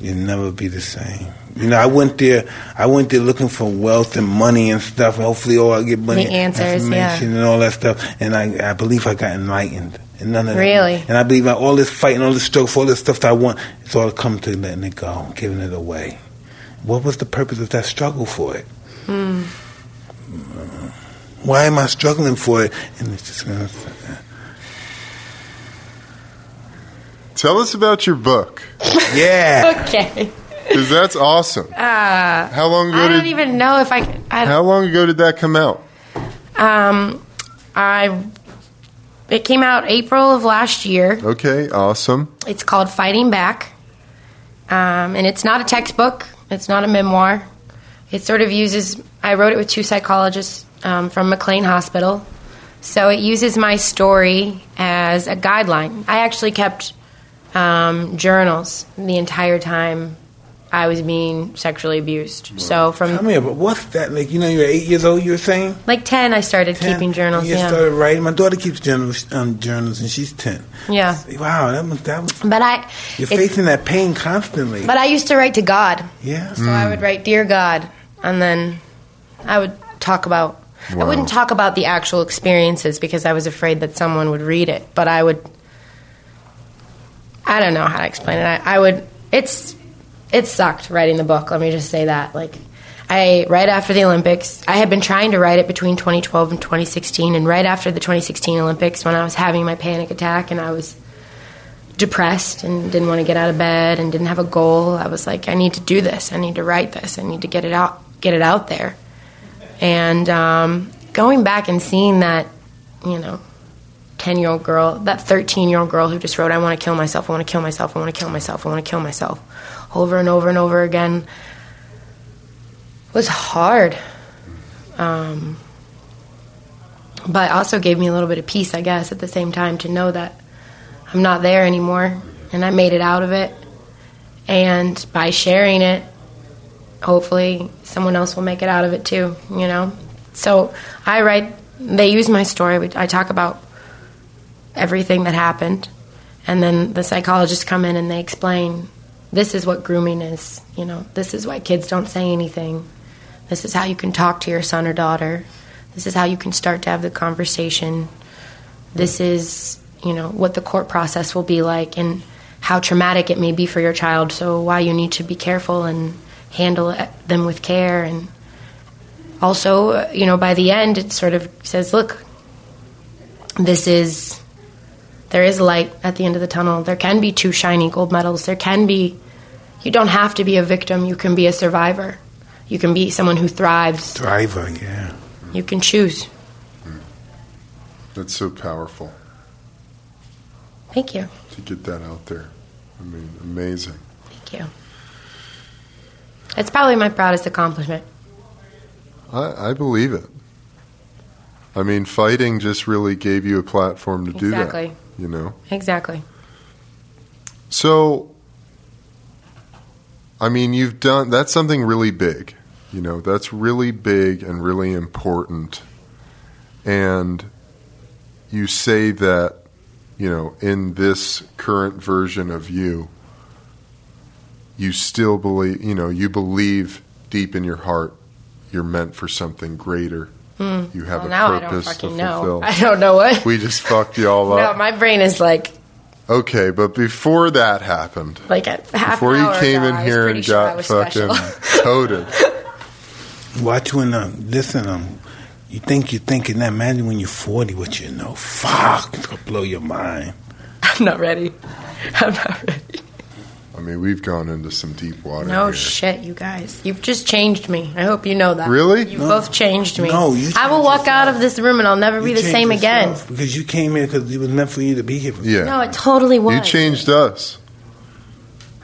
Speaker 2: You'll never be the same. You know, I went there. I went there looking for wealth and money and stuff. and Hopefully, oh, I get money,
Speaker 3: The answers, yeah.
Speaker 2: information, and all that stuff. And I, I believe I got enlightened. And none of that-
Speaker 3: Really?
Speaker 2: And I believe that all this fighting, all this struggle for all this stuff that I want, it's all come to letting it go, giving it away. What was the purpose of that struggle for it?
Speaker 3: Hmm.
Speaker 2: Why am I struggling for it? And it's just gonna.
Speaker 1: Tell us about your book,
Speaker 2: Yeah.
Speaker 3: Okay.
Speaker 1: because that's awesome. how long ago
Speaker 3: Uh, I
Speaker 1: did
Speaker 3: don't even know if I can. I,
Speaker 1: How long ago did that come out?
Speaker 3: um, I. It came out April of last year.
Speaker 1: Okay, awesome.
Speaker 3: It's called Fighting Back. Um, and it's not a textbook, it's not a memoir. It sort of uses, I wrote it with two psychologists um, from McLean Hospital. So it uses my story as a guideline. I actually kept um, journals the entire time I was being sexually abused. So
Speaker 2: Tell
Speaker 3: from
Speaker 2: me about what's that like? You know, you're eight years old. You were saying
Speaker 3: like 10, I started keeping journals.
Speaker 2: You
Speaker 3: Yeah.
Speaker 2: started writing. My daughter keeps journals, um, journals, and she's ten.
Speaker 3: Yeah.
Speaker 2: Wow, that was that was.
Speaker 3: But I.
Speaker 2: You're
Speaker 3: it's-
Speaker 2: facing that pain constantly.
Speaker 3: but I used to write to God.
Speaker 2: yeah.
Speaker 3: So I would write, Dear God, and then I would talk about. I
Speaker 1: Wow.
Speaker 3: wouldn't talk about the actual experiences because I was afraid that someone would read it. But I would. I don't know how to explain it. I, I would. It's. It sucked writing the book. Let me just say that. Like, I right after the Olympics, I had been trying to write it between 2012 and 2016, and right after the 2016 Olympics, when I was having my panic attack and I was depressed and didn't want to get out of bed and didn't have a goal. I was like, I need to do this. I need to write this. I need to get it out, get it out there. And um, going back and seeing that, you know, ten-year-old girl, that thirteen-year-old girl who just wrote, "I want to kill myself. I want to kill myself. I want to kill myself. I want to kill myself," over and over and over again, was hard. Um, but also gave me a little bit of peace, I guess, at the same time to know that I'm not there anymore, and I made it out of it. And by sharing it, hopefully someone else will make it out of it too, you know? So I write, they use my story. We- I talk about everything that happened. And then the psychologists come in and they explain this is what grooming is, you know? This is why kids don't say anything. This is how you can talk to your son or daughter. This is how you can start to have the conversation this is you know what the court process will be like and how traumatic it may be for your child so why you need to be careful and handle it- them with care and also uh, you know by the end it sort of says look this is there is light at the end of the tunnel there can be two shiny gold medals there can be you don't have to be a victim you can be a survivor you can be someone who thrives
Speaker 2: Driver. Yeah.
Speaker 3: you can choose
Speaker 1: That's so powerful
Speaker 3: thank you
Speaker 1: to get that out there. I mean, amazing.
Speaker 3: Thank you. It's probably my proudest accomplishment.
Speaker 1: I, I believe it. I mean, fighting just really gave you a platform to do that.
Speaker 3: Exactly.
Speaker 1: You know.
Speaker 3: Exactly.
Speaker 1: So, I mean, you've done that's something really big. You know, that's really big and really important. And you say that, you know, in this current version of you, you still believe, you know, you believe deep in your heart you're meant for something greater. You have
Speaker 3: Hmm. Mm. well,
Speaker 1: a
Speaker 3: now I don't
Speaker 1: purpose to
Speaker 3: fucking know.
Speaker 1: fulfill.
Speaker 3: I don't know what.
Speaker 1: We just fucked you all
Speaker 3: no,
Speaker 1: up.
Speaker 3: my brain is like
Speaker 1: Okay, but before that happened,
Speaker 5: Like at half
Speaker 1: before
Speaker 5: an
Speaker 1: you
Speaker 5: hour
Speaker 1: came
Speaker 5: ago,
Speaker 1: in
Speaker 5: I was
Speaker 1: here
Speaker 5: pretty
Speaker 1: and
Speaker 5: sure I
Speaker 1: got
Speaker 5: was
Speaker 1: fucking
Speaker 5: special.
Speaker 1: coated,
Speaker 2: Watch when um, listen um, you think you're thinking that. Imagine when you're 40, what you know. Fuck, it's gonna blow your mind.
Speaker 5: I'm not ready. I'm not ready.
Speaker 1: I mean, we've gone into some deep water.
Speaker 3: No
Speaker 1: here.
Speaker 3: shit, you guys. You've just changed me. I hope you know that.
Speaker 1: Really?
Speaker 3: You
Speaker 1: No.
Speaker 3: both changed me.
Speaker 2: No, you
Speaker 3: I will
Speaker 2: changed
Speaker 3: walk out
Speaker 2: yourself.
Speaker 3: of this room and I'll never be
Speaker 2: You
Speaker 3: the
Speaker 2: changed
Speaker 3: same again.
Speaker 2: yourself because you came here because it was meant for you to be here.
Speaker 1: yeah,
Speaker 3: No, it totally was.
Speaker 1: you changed us.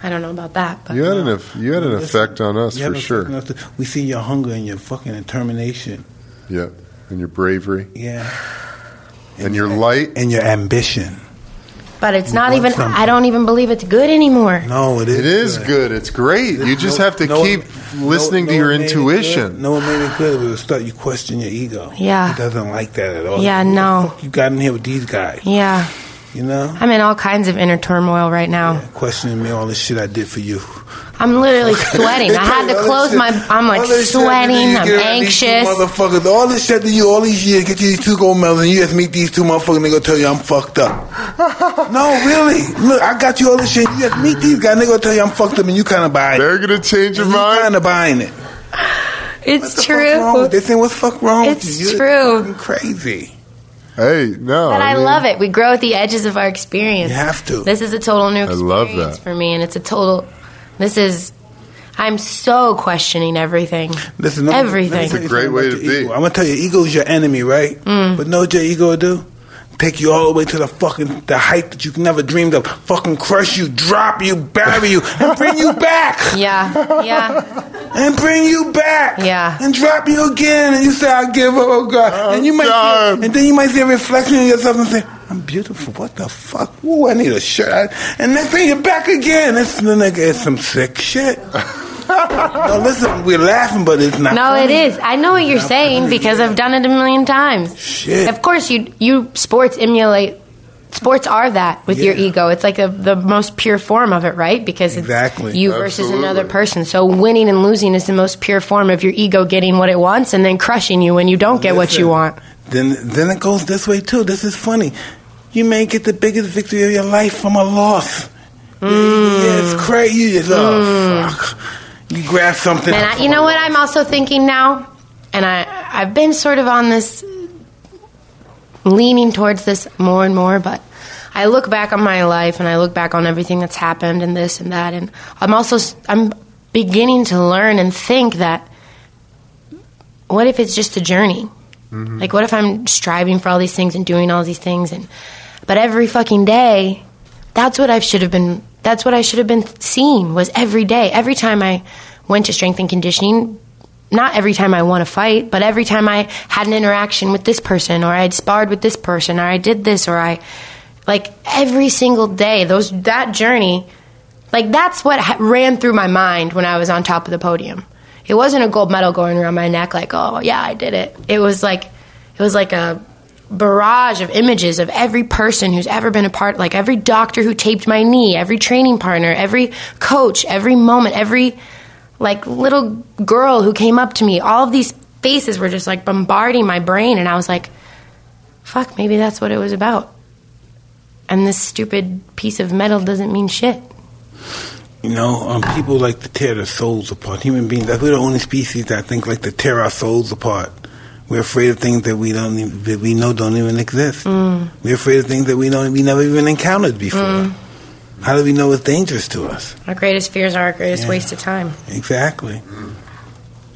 Speaker 3: I don't know about that, but
Speaker 1: You had an eff- you had an effect on us
Speaker 2: You have
Speaker 1: for
Speaker 2: a fucking
Speaker 1: sure.
Speaker 2: have to- We see your hunger and your fucking determination.
Speaker 1: Yeah, and your bravery
Speaker 2: Yeah,
Speaker 1: and your light.
Speaker 2: and your ambition.
Speaker 3: but it's
Speaker 2: You
Speaker 3: not
Speaker 2: want
Speaker 3: even.
Speaker 2: something.
Speaker 3: I don't even believe it's good anymore.
Speaker 2: No, it is.
Speaker 1: It is good. It's great. You just
Speaker 2: No-
Speaker 1: have to
Speaker 2: no-
Speaker 1: keep
Speaker 2: no-
Speaker 1: listening
Speaker 2: no
Speaker 1: to your
Speaker 2: one made it
Speaker 1: intuition.
Speaker 2: good. No one made it good. It will start you question your ego.
Speaker 3: Yeah.
Speaker 2: He doesn't like that at all.
Speaker 3: Yeah,
Speaker 2: What the
Speaker 3: no.
Speaker 2: fuck you got in here with these guys,
Speaker 3: Yeah,
Speaker 2: you know?
Speaker 3: I'm in all kinds of inner turmoil right now.
Speaker 2: Questioning me all the shit I did for you.
Speaker 3: I'm literally sweating. I had to
Speaker 2: All
Speaker 3: close
Speaker 2: this
Speaker 3: my.
Speaker 2: shit-
Speaker 3: I'm like
Speaker 2: all this shit I did to
Speaker 3: sweating.
Speaker 2: you,
Speaker 3: I'm
Speaker 2: girl, and these two
Speaker 3: anxious.
Speaker 2: Motherfuckers, all this shit that you all these years get you these two gold medals, and you just meet these two motherfuckers and they gonna tell you I'm fucked up. no, really. Look, I got you all this shit. You just meet these guys and they gonna tell you I'm fucked up, and you kind of buy it.
Speaker 1: They're gonna change your
Speaker 2: you kind
Speaker 1: mind.
Speaker 2: of buying it.
Speaker 3: It's
Speaker 2: What the fuck wrong
Speaker 3: true.
Speaker 2: with this thing? What the fuck wrong with
Speaker 3: It's
Speaker 2: you? You're
Speaker 3: true.
Speaker 2: fucking crazy.
Speaker 1: Hey, no,
Speaker 3: But I
Speaker 1: mean,
Speaker 3: love it. We grow at the edges of our experience.
Speaker 2: You have to.
Speaker 3: This is a total new
Speaker 1: I love
Speaker 3: experience
Speaker 1: that.
Speaker 3: for me, and it's a total. This is. I'm so questioning everything.
Speaker 2: Listen, no,
Speaker 3: Everything.
Speaker 2: let me tell
Speaker 1: It's
Speaker 2: you
Speaker 1: a great
Speaker 2: something
Speaker 1: way
Speaker 2: about
Speaker 1: to
Speaker 2: your
Speaker 1: be.
Speaker 2: Ego. I'm gonna tell you, ego's your enemy, right?
Speaker 3: Mm.
Speaker 2: But know what your ego will do? Take you all the way to the fucking the height that you never dreamed of. Fucking crush you, drop you, bury you, and bring you back,
Speaker 3: Yeah, yeah.
Speaker 2: and bring you back,
Speaker 3: Yeah.
Speaker 2: and drop you again. And you say, "I give up, oh God,"
Speaker 1: I'm
Speaker 2: and you might,
Speaker 1: done.
Speaker 2: see, and then you might see a reflection in yourself and say. I'm beautiful. What the fuck? Ooh, I need a shirt. I- and next thing you're back again. It's the nigga. It's some sick shit. no, listen. We're laughing, but it's not.
Speaker 3: No, it
Speaker 2: funny.
Speaker 3: is. I know what you're saying because I've done it a million times.
Speaker 2: Shit.
Speaker 3: Of course, you you sports emulate. Sports are that with your
Speaker 2: Yeah.
Speaker 3: ego. It's like a, the most pure form of it, right? Because it's
Speaker 2: Exactly.
Speaker 3: you versus
Speaker 1: Absolutely.
Speaker 3: another person. So winning and losing is the most pure form of your ego getting what it wants and then crushing you when you don't get what you
Speaker 2: Listen,
Speaker 3: want.
Speaker 2: Then then it goes this way too. This is funny. You may get the biggest victory of your life from a loss.
Speaker 3: Mm.
Speaker 2: Yeah, it's crazy. You just, oh, fuck. You grab something.
Speaker 3: And I, you know what I'm also thinking now, and I I've been sort of on this leaning towards this more and more, but I look back on my life and I look back on everything that's happened and this and that, and I'm also s- I'm beginning to learn and think that what if it's just a journey? Like what if I'm striving for all these things and doing all these things and but every fucking day that's what I should have been that's what I should have been seeing was every day. Every time I went to strength and conditioning, not every time I won a fight, but every time I had an interaction with this person or I'd sparred with this person or I did this or I like every single day those that journey like that's what ha- ran through my mind when I was on top of the podium. It wasn't a gold medal going around my neck like, "Oh, yeah, I did it." It was like it was like a barrage of images of every person who's ever been a part, like every doctor who taped my knee, every training partner, every coach, every moment, every like little girl who came up to me. All of these faces were just like bombarding my brain and I was like, "Fuck, maybe that's what it was about." And this stupid piece of metal doesn't mean shit.
Speaker 2: You know, um, people like to tear their souls apart. Human beings, we're the only species that I think like to tear our souls apart. We're afraid of things that we don't even, that we know don't even exist.
Speaker 3: Mm.
Speaker 2: We're afraid of things that we don't we never even encountered before. How do we know it's dangerous to us?
Speaker 3: Our greatest fears are our greatest
Speaker 2: Yeah.
Speaker 3: waste of time.
Speaker 2: Exactly.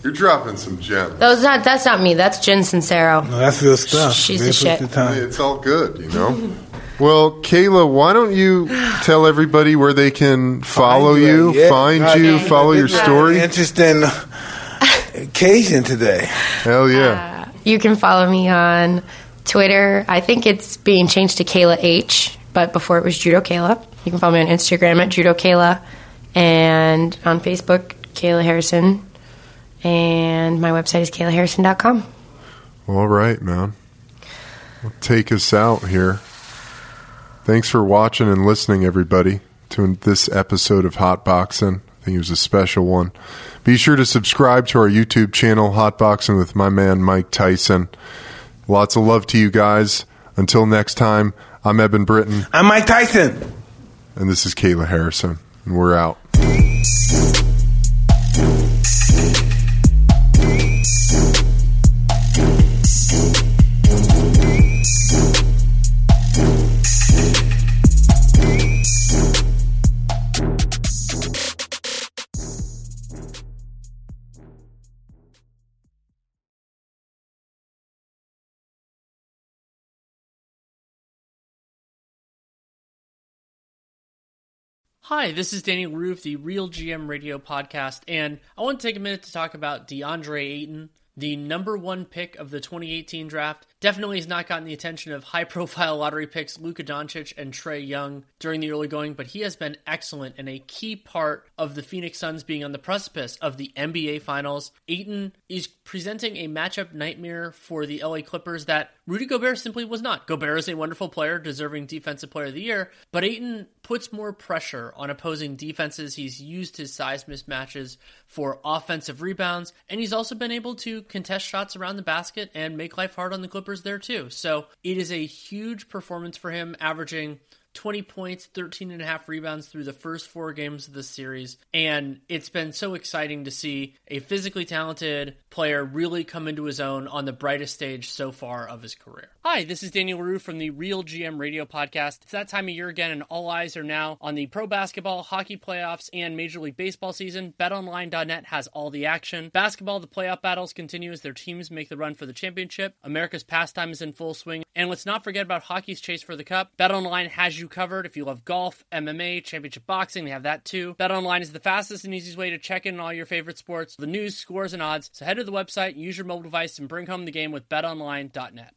Speaker 1: You're dropping some gems.
Speaker 3: Those not that's not me. That's Jen Sincero.
Speaker 2: No, that's real stuff.
Speaker 3: She's
Speaker 2: Very
Speaker 3: the shit.
Speaker 2: first
Speaker 1: I
Speaker 2: time.
Speaker 1: mean, it's all good, you know. Well, Kayla, why don't you tell everybody where they can follow you,
Speaker 2: Yeah.
Speaker 1: find
Speaker 2: God,
Speaker 1: you,
Speaker 2: yeah.
Speaker 1: follow your
Speaker 2: This is
Speaker 1: story?
Speaker 2: an Interesting occasion today.
Speaker 1: Hell yeah.
Speaker 3: Uh, You can follow me on Twitter. I think it's being changed to Kayla H, but before it was Judo Kayla. You can follow me on Instagram at Judo Kayla and on Facebook Kayla Harrison. And my website is kaylaharrison.com.
Speaker 1: All right, man. Well, take us out here. Thanks for watching and listening, everybody, to this episode of Hot Boxing. I think it was a special one. Be sure to subscribe to our YouTube channel, Hot Boxing with my man Mike Tyson. Lots of love to you guys. Until next time, I'm Eben Britton.
Speaker 2: I'm Mike Tyson.
Speaker 1: and this is Kayla Harrison, and we're out.
Speaker 6: Hi, this is Danny Roof, the Real GM Radio podcast, and I want to take a minute to talk about DeAndre Ayton, the number one pick of the 2018 draft. Definitely has not gotten the attention of high profile lottery picks Luka Doncic and Trey Young during the early going, but he has been excellent and a key part of the Phoenix Suns being on the precipice of the NBA Finals. Ayton is presenting a matchup nightmare for the LA Clippers that Rudy Gobert simply was not. Gobert is a wonderful player, deserving Defensive Player of the Year, but Ayton puts more pressure on opposing defenses. He's used his size mismatches for offensive rebounds, and he's also been able to contest shots around the basket and make life hard on the Clippers there, too. So it is a huge performance for him, averaging 20 points, 13 and a half rebounds through the first four games of the series. And it's been so exciting to see a physically talented player really come into his own on the brightest stage so far of his career. Hi, this is Daniel LaRue from the Real GM Radio podcast. It's that time of year again, and all eyes are now on the pro basketball, hockey playoffs, and Major League Baseball season. BetOnline.net has all the action. Basketball, the playoff battles continue as their teams make the run for the championship. America's pastime is in full swing. And let's not forget about hockey's chase for the cup. BetOnline has you covered. If you love golf, MMA, championship boxing, they have that too. BetOnline is the fastest and easiest way to check in on all your favorite sports, the news, scores, and odds. So head to the website, use your mobile device, and bring home the game with betonline.net.